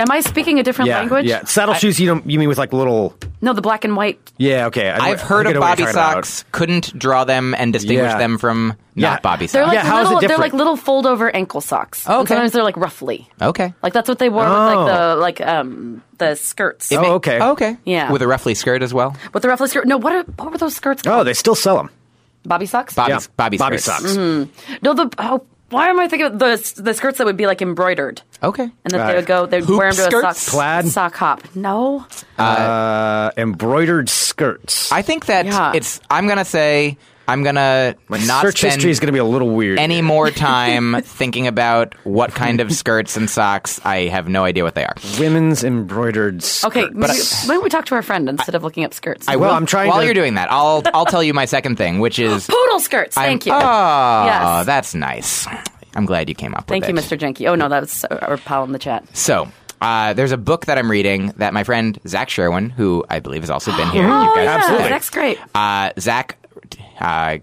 Speaker 7: Am I speaking a different
Speaker 6: Yeah,
Speaker 7: language?
Speaker 6: yeah. Saddle shoes. You don't. You mean with like little?
Speaker 7: No, the black and white.
Speaker 6: Yeah. Okay. I,
Speaker 4: I've heard
Speaker 6: I
Speaker 4: of
Speaker 6: get what
Speaker 4: Bobby
Speaker 6: you're talking about.
Speaker 4: socks. Couldn't draw them and distinguish
Speaker 6: Yeah.
Speaker 4: them from
Speaker 6: Yeah.
Speaker 4: not Bobby
Speaker 7: They're
Speaker 4: socks.
Speaker 7: like
Speaker 6: Yeah, how is it
Speaker 7: little. they're
Speaker 6: different?
Speaker 7: like little fold over ankle socks. And
Speaker 4: Okay.
Speaker 7: sometimes they're like ruffly.
Speaker 4: Okay.
Speaker 7: Like that's what they wore with like the like um the skirts.
Speaker 6: Oh, okay.
Speaker 4: okay.
Speaker 7: Yeah.
Speaker 4: With a ruffly skirt as well.
Speaker 7: With the ruffly skirt. No, what are, what were those skirts called?
Speaker 6: Oh, they still sell them.
Speaker 7: Bobby socks.
Speaker 4: Bobby,
Speaker 6: Yeah.
Speaker 4: Bobby,
Speaker 6: Bobby
Speaker 4: skirts.
Speaker 6: socks.
Speaker 7: Mm-hmm. No, the oh, why am I thinking of the the skirts that would be like embroidered
Speaker 6: Mm-hmm.
Speaker 4: Okay.
Speaker 7: and that
Speaker 6: Right.
Speaker 7: they would go they'd
Speaker 4: Hoop
Speaker 7: wear them to a sock
Speaker 4: skirts?
Speaker 6: Uh, Plaid?
Speaker 7: sock hop. No,
Speaker 6: Uh, embroidered skirts.
Speaker 4: I think that
Speaker 7: Yeah.
Speaker 4: it's. I'm gonna say. I'm gonna
Speaker 6: My
Speaker 4: not
Speaker 6: search
Speaker 4: spend
Speaker 6: history is going to be a little weird.
Speaker 4: any more time thinking about what kind of skirts and socks. I have no idea what they are.
Speaker 6: women's embroidered skirts.
Speaker 7: okay. Maybe, why don't we talk to our friend instead of looking up skirts?
Speaker 4: I
Speaker 6: Well,
Speaker 4: will-
Speaker 6: I'm trying
Speaker 4: While
Speaker 6: to-
Speaker 4: you're doing that, I'll I'll tell you my second thing, which is
Speaker 7: Poodle skirts.
Speaker 4: I'm-
Speaker 7: Thank you.
Speaker 4: Oh,
Speaker 6: Ah,
Speaker 7: Yes.
Speaker 4: that's nice. I'm glad you came up with
Speaker 7: Thank you,
Speaker 4: it.
Speaker 7: Mr. Jenke. Oh no, that was our pal in the chat.
Speaker 4: So, uh, there's a book that I'm reading that my friend Zach Sherwin, who I believe has also been here. you guys
Speaker 6: absolutely.
Speaker 7: Oh, Yeah, Zach's great.
Speaker 4: uh, Zach uh,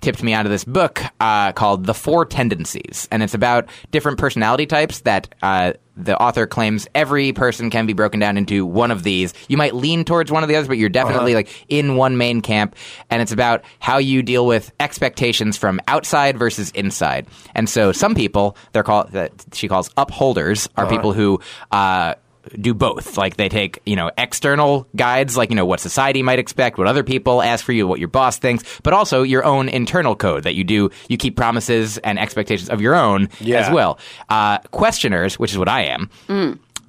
Speaker 4: tipped me onto this book uh, called The Four Tendencies, and it's about different personality types that uh, the author claims every person can be broken down into one of these. You might lean towards one of the others, but you're definitely like in one main camp, and it's about how you deal with expectations from outside versus inside. And so some people they're called that she calls upholders are people who. Uh, do both. Like they take, you know, external guides, like, you know, what society might expect, what other people ask for you, what your boss thinks, but also your own internal code that you do, you keep promises and expectations of your own as well. Uh, questioners, which is what I am.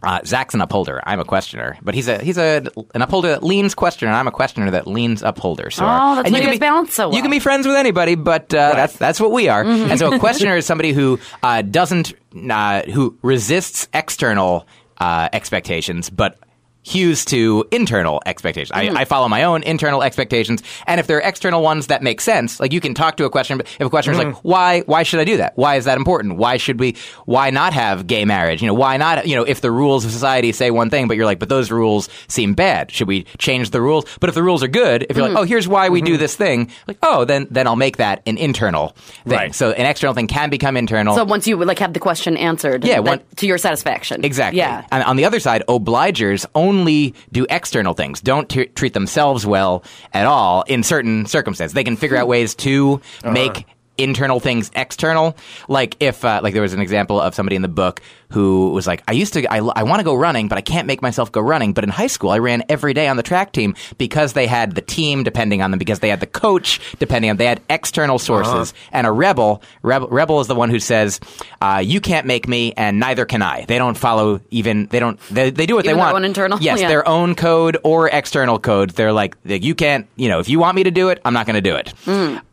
Speaker 4: Uh, Zach's an upholder. I'm a questioner, but he's a he's a an upholder that leans questioner. and I'm a questioner that leans upholder. So
Speaker 7: Oh, that's
Speaker 4: and
Speaker 7: why you
Speaker 4: can
Speaker 7: guys balance so
Speaker 4: You can
Speaker 7: well. Mm-hmm.
Speaker 4: be friends with anybody, but uh, that's that's what we are. And so a questioner is somebody who uh, doesn't uh, who resists external uh, expectations, but hews to internal expectations.
Speaker 7: Mm-hmm.
Speaker 4: I, I follow my own internal expectations, and if there are external ones that make sense, like you can talk to a questioner, but if a questioner is like, "Why? Why should I do that? Why is that important? Why should we? Why not have gay marriage? You know, why not? You know, if the rules of society say one thing, but you're like, but those rules seem bad. Should we change the rules? But if the rules are good, if you're like, oh, here's why we do this thing, like, oh, then then I'll make that an internal thing.
Speaker 6: Right.
Speaker 4: So an external thing can become internal.
Speaker 7: So once you like have the question answered,
Speaker 4: Oh. Yeah,
Speaker 7: that-
Speaker 4: one-
Speaker 7: to your satisfaction,
Speaker 4: Exactly.
Speaker 7: Yeah,
Speaker 4: And on the other side, obligers only do external things. Don't t- treat themselves well at all in certain circumstances. They can figure out ways to make internal things external. Like if, uh, like there was an example of somebody in the book who was like, I used to, I, I want to go running, but I can't make myself go running. But in high school, I ran every day on the track team because they had the team depending on them, because they had the coach depending on, they had external
Speaker 7: Uh-huh.
Speaker 4: sources. And a rebel, rebel, rebel is the one who says, uh, you can't make me and neither can I. They don't follow even, they don't, they, they do what
Speaker 7: Even
Speaker 4: they
Speaker 7: their
Speaker 4: want.
Speaker 7: own internal?
Speaker 4: Yes,
Speaker 7: Yeah.
Speaker 4: their own code or external code. They're like, like, you can't, you know, if you want me to do it, I'm not going to do it.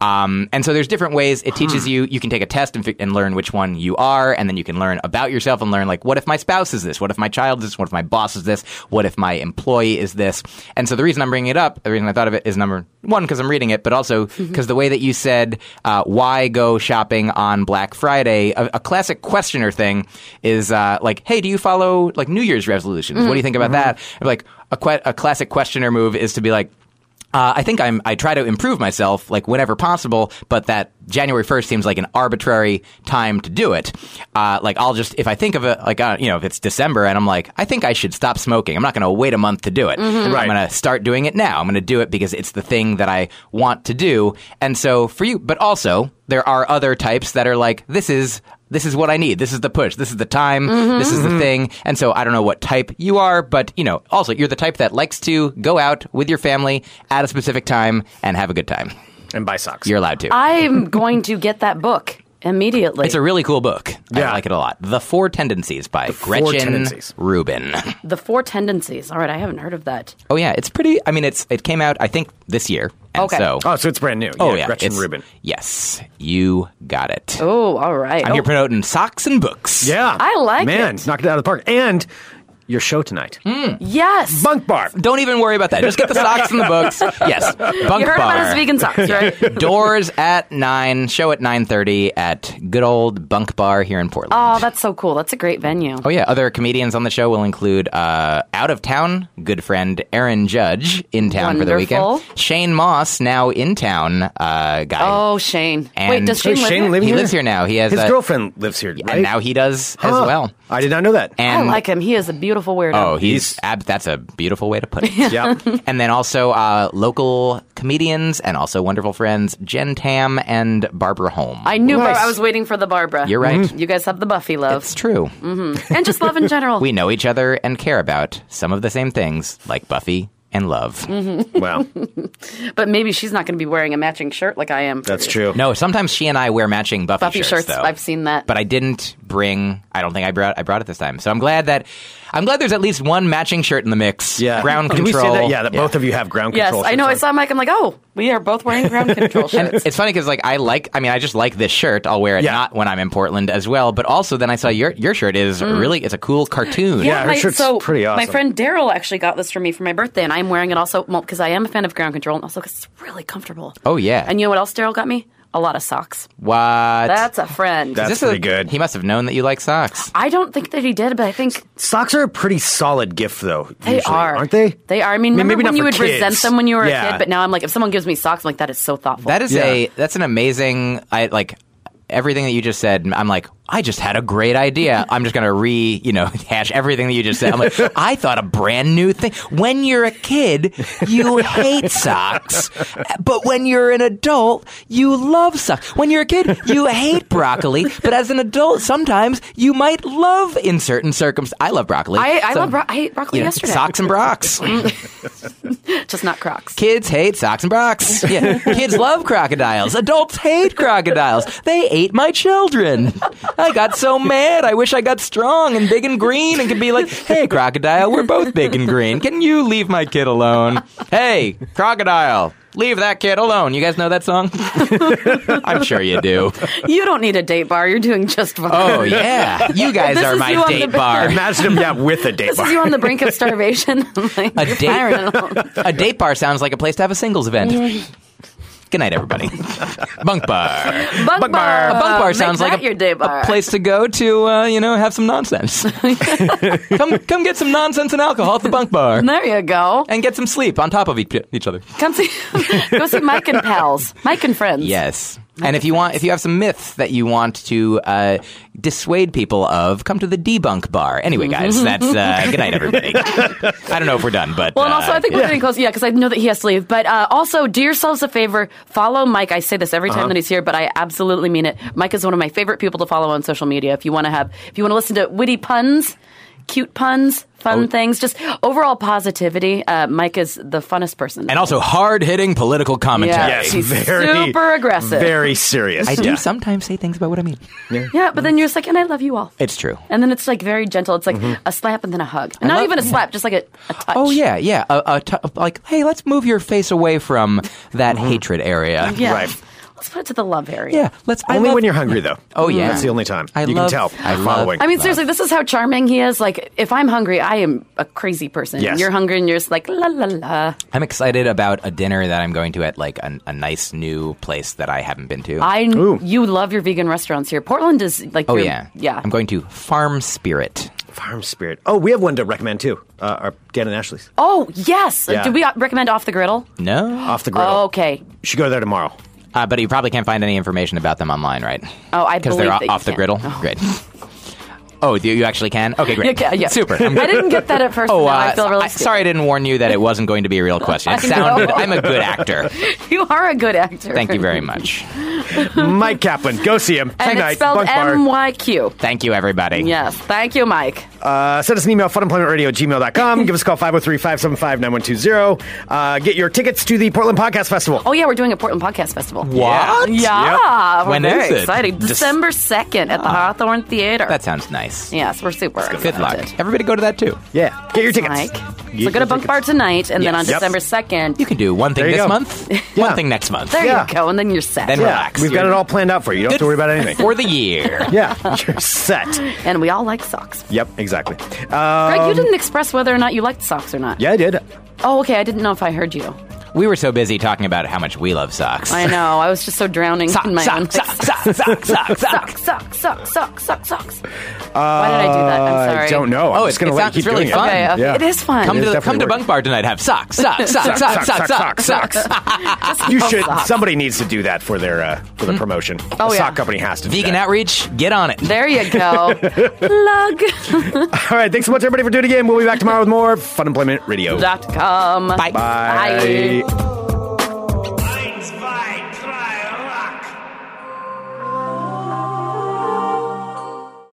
Speaker 4: Um, and so there's different ways it teaches you. You can take a test and, fi- and learn which one you are, and then you can learn about yourself and learn like, what if my spouse is this? What if my child is this? What if my boss is this? What if my employee is this? And so the reason I'm bringing it up, the reason I thought of it is number one because I'm reading it, but also because the way that you said, uh, why go shopping on Black Friday? A, a classic questioner thing is uh, like, hey, do you follow like New Year's resolutions? What do you think about that? Or, like a, que- a classic questioner move is to be like. Uh, I think I'm. I try to improve myself, like whenever possible. But that January first seems like an arbitrary time to do it. Uh, like I'll just if I think of a like uh, you know if it's December and I'm like I think I should stop smoking. I'm not going to wait a month to do it.
Speaker 6: Right.
Speaker 4: I'm going to uh, start doing it now. I'm going to do it because it's the thing that I want to do. And so for you, but also there are other types that are like, this is this is what I need. This is the push. This is the time. This is the thing. And so I don't know what type you are, but you know, also you're the type that likes to go out with your family at a specific time and have a good time.
Speaker 6: and buy socks.
Speaker 4: You're allowed to.
Speaker 7: I'm going to get that book. immediately.
Speaker 4: It's a really cool book.
Speaker 6: Yeah.
Speaker 4: I like it a lot. The Four Tendencies by
Speaker 6: Four
Speaker 4: Gretchen
Speaker 6: Tendencies.
Speaker 4: Rubin.
Speaker 7: the Four Tendencies. All right, I haven't heard of that.
Speaker 4: Oh yeah, it's pretty. I mean, it's it came out I think this year. And
Speaker 7: Okay.
Speaker 4: So,
Speaker 6: Oh, so it's brand new.
Speaker 4: oh yeah,
Speaker 6: Gretchen
Speaker 4: it's-
Speaker 6: Rubin.
Speaker 4: Yes, you got it.
Speaker 7: Oh, all right.
Speaker 4: I'm
Speaker 7: Oh,
Speaker 4: here promoting socks and books.
Speaker 6: Yeah,
Speaker 7: I like
Speaker 6: Man,
Speaker 7: it.
Speaker 6: knocked it out of the park. And your show tonight,
Speaker 4: Hmm?
Speaker 7: Oh, yes.
Speaker 6: Bunk Bar.
Speaker 4: Don't even worry about that. Just get the socks and the books. Yes, bunk
Speaker 7: you heard
Speaker 4: bar.
Speaker 7: about his vegan socks, right?
Speaker 4: Doors at nine. Show at nine thirty at good old Bunk Bar here in Portland.
Speaker 7: oh, that's so cool. That's a great venue.
Speaker 4: Oh yeah, other comedians on the show will include uh, out of town good friend Aaron Judge in town for the
Speaker 7: Wonderful.
Speaker 4: weekend. Shane Moss now in town uh, guy.
Speaker 7: Oh, Shane.
Speaker 4: And-
Speaker 7: Wait, does
Speaker 4: So
Speaker 7: Shane,
Speaker 6: Is
Speaker 7: live
Speaker 6: Shane
Speaker 7: here?
Speaker 6: living
Speaker 4: he
Speaker 6: here?
Speaker 4: lives here now. He has
Speaker 6: His
Speaker 4: a,
Speaker 6: girlfriend lives here, right?
Speaker 4: and now he does
Speaker 6: Huh.
Speaker 4: as well.
Speaker 6: I did not know that.
Speaker 7: I
Speaker 4: And
Speaker 7: like him. He is a beautiful weirdo.
Speaker 4: oh, he's,
Speaker 6: He's-
Speaker 4: ab- that's a beautiful way to put it.
Speaker 6: yeah.
Speaker 4: and then also uh, local comedians and also wonderful friends Jen Tam and Barbara Holm.
Speaker 7: I knew.
Speaker 6: Nice.
Speaker 7: Bar- I was waiting for the Barbara.
Speaker 4: You're right.
Speaker 6: Mm-hmm.
Speaker 7: You guys have the Buffy love
Speaker 4: it's true.
Speaker 7: and just love in general.
Speaker 4: We know each other and care about some of the same things, like Buffy and love.
Speaker 6: Mm-hmm. Wow.
Speaker 7: but maybe she's not going to be wearing a matching shirt like I am.
Speaker 6: That's true.
Speaker 4: No, sometimes she and I wear matching Buffy,
Speaker 7: Buffy shirts.
Speaker 4: though.
Speaker 7: I've seen that.
Speaker 4: but I didn't bring. I don't think I brought. I brought it this time. So I'm glad that I'm glad there's at least one matching shirt in the mix.
Speaker 6: Yeah.
Speaker 4: ground
Speaker 6: Did
Speaker 4: control.
Speaker 6: we say that? Yeah, that both of you have ground
Speaker 7: yes,
Speaker 6: control.
Speaker 7: I know. I
Speaker 6: shirts on.
Speaker 7: saw Mike. I'm like, oh, we are both wearing ground control shirts.
Speaker 4: It's funny because like I like. I mean, I just like this shirt. I'll wear it
Speaker 6: Yeah.
Speaker 4: not when I'm in Portland as well. But also, then I saw your your shirt is really. It's a cool cartoon.
Speaker 6: Mm. Yeah, her shirt's
Speaker 7: so
Speaker 6: pretty awesome.
Speaker 7: My friend Daryl actually got this for me for my birthday, and I'm wearing it also because I am a fan of ground control, and also 'cause it's really comfortable.
Speaker 4: Oh yeah.
Speaker 7: And you know what else Daryl got me? A lot of socks.
Speaker 4: what?
Speaker 7: That's a friend.
Speaker 6: That's
Speaker 4: Is this a-
Speaker 6: pretty good.
Speaker 4: He must have known that you like socks.
Speaker 7: I don't think that he did, but I think
Speaker 6: Socks are a pretty solid gift, though.
Speaker 7: They
Speaker 6: usually,
Speaker 7: are,
Speaker 6: aren't they?
Speaker 7: They are. I mean,
Speaker 6: I mean,
Speaker 7: remember
Speaker 6: maybe not
Speaker 7: when you
Speaker 6: for
Speaker 7: would
Speaker 6: kids.
Speaker 7: resent them when you were
Speaker 6: Yeah.
Speaker 7: a kid, but now I'm like, if someone gives me socks, I'm like, that is so thoughtful.
Speaker 4: That is
Speaker 6: Yeah.
Speaker 4: a that's an amazing. I like everything that you just said. I'm like, I just had a great idea. I'm just gonna re you know hash everything that you just said. I'm like, I thought a brand new thing. When you're a kid, you hate socks, but when you're an adult, you love socks. When you're a kid, you hate broccoli, but as an adult, sometimes you might love in certain circumstances. I love broccoli.
Speaker 7: I, I
Speaker 4: So,
Speaker 7: love bro- I ate broccoli
Speaker 4: you know,
Speaker 7: yesterday.
Speaker 4: Socks and brocks.
Speaker 7: just not Crocs.
Speaker 4: Kids hate socks and Crocs. Yeah. Kids love crocodiles. Adults hate crocodiles. They ate my children. I got so mad. I wish I got strong and big and green and could be like, hey, crocodile, we're both big and green. Can you leave my kid alone? Hey, crocodile, leave that kid alone. You guys know that song? I'm sure you do.
Speaker 7: You don't need a date bar. You're doing just fine.
Speaker 4: Oh, yeah. You guys
Speaker 7: This
Speaker 4: are
Speaker 7: is
Speaker 4: my
Speaker 7: you on the
Speaker 4: date
Speaker 7: bed.
Speaker 4: bar.
Speaker 6: Imagine them, yeah, with a date
Speaker 7: This is
Speaker 6: bar.
Speaker 7: you on the brink of starvation. I'm like,
Speaker 4: A
Speaker 7: you're
Speaker 4: date-
Speaker 7: firing it alone.
Speaker 4: A date bar sounds like a place to have a singles event. Good night, everybody.
Speaker 6: Bunk
Speaker 7: Bunk,
Speaker 4: Bunk bar.
Speaker 6: bar.
Speaker 7: bar.
Speaker 4: A bunk bar
Speaker 7: Make
Speaker 4: sounds
Speaker 7: that
Speaker 4: like a,
Speaker 7: your date
Speaker 4: a
Speaker 7: bar.
Speaker 4: place to go to, uh, you know, have some nonsense. come, come get some nonsense and alcohol at the bunk bar,
Speaker 7: There you go.
Speaker 4: and get some sleep on top of each, each other.
Speaker 7: Come see, go see Mike and pals, Mike and friends.
Speaker 4: Yes. And if you want, if you have some myths that you want to uh, dissuade people of, come to the debunk bar. Anyway, guys, that's uh, good night, everybody. I don't know if we're done, but
Speaker 7: Well, and
Speaker 4: uh,
Speaker 7: also I think we're getting close. Yeah, because I know that he has to leave. But uh, also, do yourselves a favor. Follow Mike. I say this every
Speaker 4: Uh-huh.
Speaker 7: time that he's here, but I absolutely mean it. Mike is one of my favorite people to follow on social media. If you want to have, if you want to listen to witty puns, cute puns,
Speaker 4: Oh.
Speaker 7: fun things, just overall positivity. Uh, Mike is the funnest person.
Speaker 4: and also hard hitting political commentary.
Speaker 7: Yeah.
Speaker 6: yes,
Speaker 7: He's
Speaker 6: very
Speaker 7: super aggressive.
Speaker 6: very serious.
Speaker 4: I do
Speaker 6: yeah.
Speaker 4: sometimes say things about what I mean.
Speaker 7: yeah, but then you're just like, and I love you all.
Speaker 4: It's true.
Speaker 7: And then it's like very gentle. It's like a slap and then a hug. Not
Speaker 4: love-
Speaker 7: even a slap, just like a, a touch.
Speaker 4: Oh yeah, yeah. A, a t- like, hey, let's move your face away from that hatred area.
Speaker 7: Yeah.
Speaker 6: Right.
Speaker 7: Let's put it to the love area.
Speaker 4: Yeah, let's. I
Speaker 6: only
Speaker 4: love-
Speaker 6: when you're hungry, though.
Speaker 4: Oh, yeah.
Speaker 6: that's the only time
Speaker 4: I
Speaker 6: you
Speaker 4: love-
Speaker 6: can tell.
Speaker 4: I
Speaker 6: I'm
Speaker 4: love-
Speaker 6: following.
Speaker 7: I mean, seriously, this is how charming he is. Like, if I'm hungry, I am a crazy person.
Speaker 6: Yes.
Speaker 7: You're hungry, and you're just like la la la.
Speaker 4: I'm excited about a dinner that I'm going to at like a, a nice new place that I haven't been to.
Speaker 7: I you love your vegan restaurants here. Portland is like
Speaker 4: oh
Speaker 7: your-
Speaker 4: yeah,
Speaker 7: yeah.
Speaker 4: I'm going to Farm Spirit.
Speaker 6: Farm Spirit. Oh, we have one to recommend too. Uh, our Dan and Ashley's
Speaker 7: oh yes.
Speaker 6: Yeah.
Speaker 7: Do we uh, recommend off the griddle?
Speaker 4: No,
Speaker 6: off the griddle.
Speaker 7: okay.
Speaker 6: You should go there tomorrow.
Speaker 4: uh, but you probably can't find any information about them online, right?
Speaker 7: Oh, I
Speaker 4: because
Speaker 7: believe
Speaker 4: they're
Speaker 7: that you
Speaker 4: off the
Speaker 7: can.
Speaker 4: griddle.
Speaker 7: Oh.
Speaker 4: Great. Oh, you you actually can? Okay, great.
Speaker 7: You can- yeah.
Speaker 4: Super. I'm
Speaker 7: I didn't get that at first. and
Speaker 4: Oh, uh,
Speaker 7: now I feel really
Speaker 4: I-
Speaker 7: stupid.
Speaker 4: sorry I didn't warn you that it wasn't going to be a real question. It
Speaker 7: I know.
Speaker 4: sounded, I'm a good actor.
Speaker 7: You are a good actor.
Speaker 4: Thank you very much.
Speaker 6: Mike Kaplan, go see him
Speaker 7: And
Speaker 6: tonight.
Speaker 7: it's spelled
Speaker 6: Bunk Bar.
Speaker 7: M Y Q.
Speaker 4: Thank you, everybody.
Speaker 7: Yes. Thank you, Mike.
Speaker 6: Uh, send us an email, funemploymentradio at gmail.com. Give us a call, 503-575-9120. Uh, get your tickets to the Portland Podcast Festival.
Speaker 7: Oh yeah, we're doing a Portland Podcast Festival.
Speaker 4: What?
Speaker 7: Yeah. We're
Speaker 4: When
Speaker 7: very
Speaker 4: is it?
Speaker 7: excited. December second at the Hawthorne Theater.
Speaker 4: That sounds nice.
Speaker 7: yes, we're super.
Speaker 4: Good luck.
Speaker 7: excited.
Speaker 4: Everybody go to that too.
Speaker 6: Yeah, get your tickets.
Speaker 7: Mike.
Speaker 6: Get your
Speaker 7: So go to Bunk
Speaker 6: tickets.
Speaker 7: Bar tonight, and then on
Speaker 4: Yes.
Speaker 6: Yep.
Speaker 7: December second,
Speaker 4: You can do one thing
Speaker 6: There you
Speaker 4: this
Speaker 6: go.
Speaker 4: month,
Speaker 6: Yeah.
Speaker 4: one thing next month.
Speaker 7: there
Speaker 6: Yeah.
Speaker 7: you go, and then you're set.
Speaker 4: Then
Speaker 6: Yeah,
Speaker 4: relax.
Speaker 6: we've got it all planned out for you. You don't have to worry about anything.
Speaker 4: For the year.
Speaker 6: yeah, you're set.
Speaker 7: And we all like socks.
Speaker 6: Yep, exactly.
Speaker 7: Greg,
Speaker 6: Um,
Speaker 7: you didn't express whether or not you liked socks or not.
Speaker 6: yeah, I did.
Speaker 7: Oh, okay. I didn't know if I heard you.
Speaker 4: We were so busy talking about how much we love socks.
Speaker 7: I know. I was just so drowning
Speaker 4: Sock,
Speaker 7: in my own.
Speaker 4: sock, sock, sock, sock, sock, sock.
Speaker 7: Socks, socks, socks, socks, socks, socks. Why did I do that? I'm sorry.
Speaker 6: Uh, I don't know.
Speaker 4: Oh,
Speaker 6: I'm
Speaker 4: it-
Speaker 6: just going to
Speaker 4: it
Speaker 6: let
Speaker 4: sounds-
Speaker 6: you
Speaker 4: it's
Speaker 6: keep
Speaker 4: really
Speaker 6: doing
Speaker 4: fun.
Speaker 7: Okay,
Speaker 6: it.
Speaker 7: okay.
Speaker 6: Yeah.
Speaker 7: It is fun.
Speaker 4: Come
Speaker 6: It
Speaker 4: to
Speaker 6: is
Speaker 4: the, come
Speaker 6: definitely
Speaker 4: to
Speaker 6: working.
Speaker 4: Bunk Bar tonight. Have socks, socks, socks, socks, socks, socks, socks.
Speaker 6: You should.
Speaker 7: socks.
Speaker 6: Somebody needs to do that for their uh, for the promotion.
Speaker 7: Oh,
Speaker 6: the
Speaker 7: yeah.
Speaker 6: sock company has to. Do
Speaker 4: Vegan
Speaker 6: that.
Speaker 4: outreach, get on it.
Speaker 7: There you go. Plug.
Speaker 6: All right. Thanks so much, everybody, for doing it again. We'll be back tomorrow with more Fun Employment Radio.
Speaker 7: Dot com.
Speaker 4: Bye.
Speaker 7: Bye.
Speaker 6: Bye.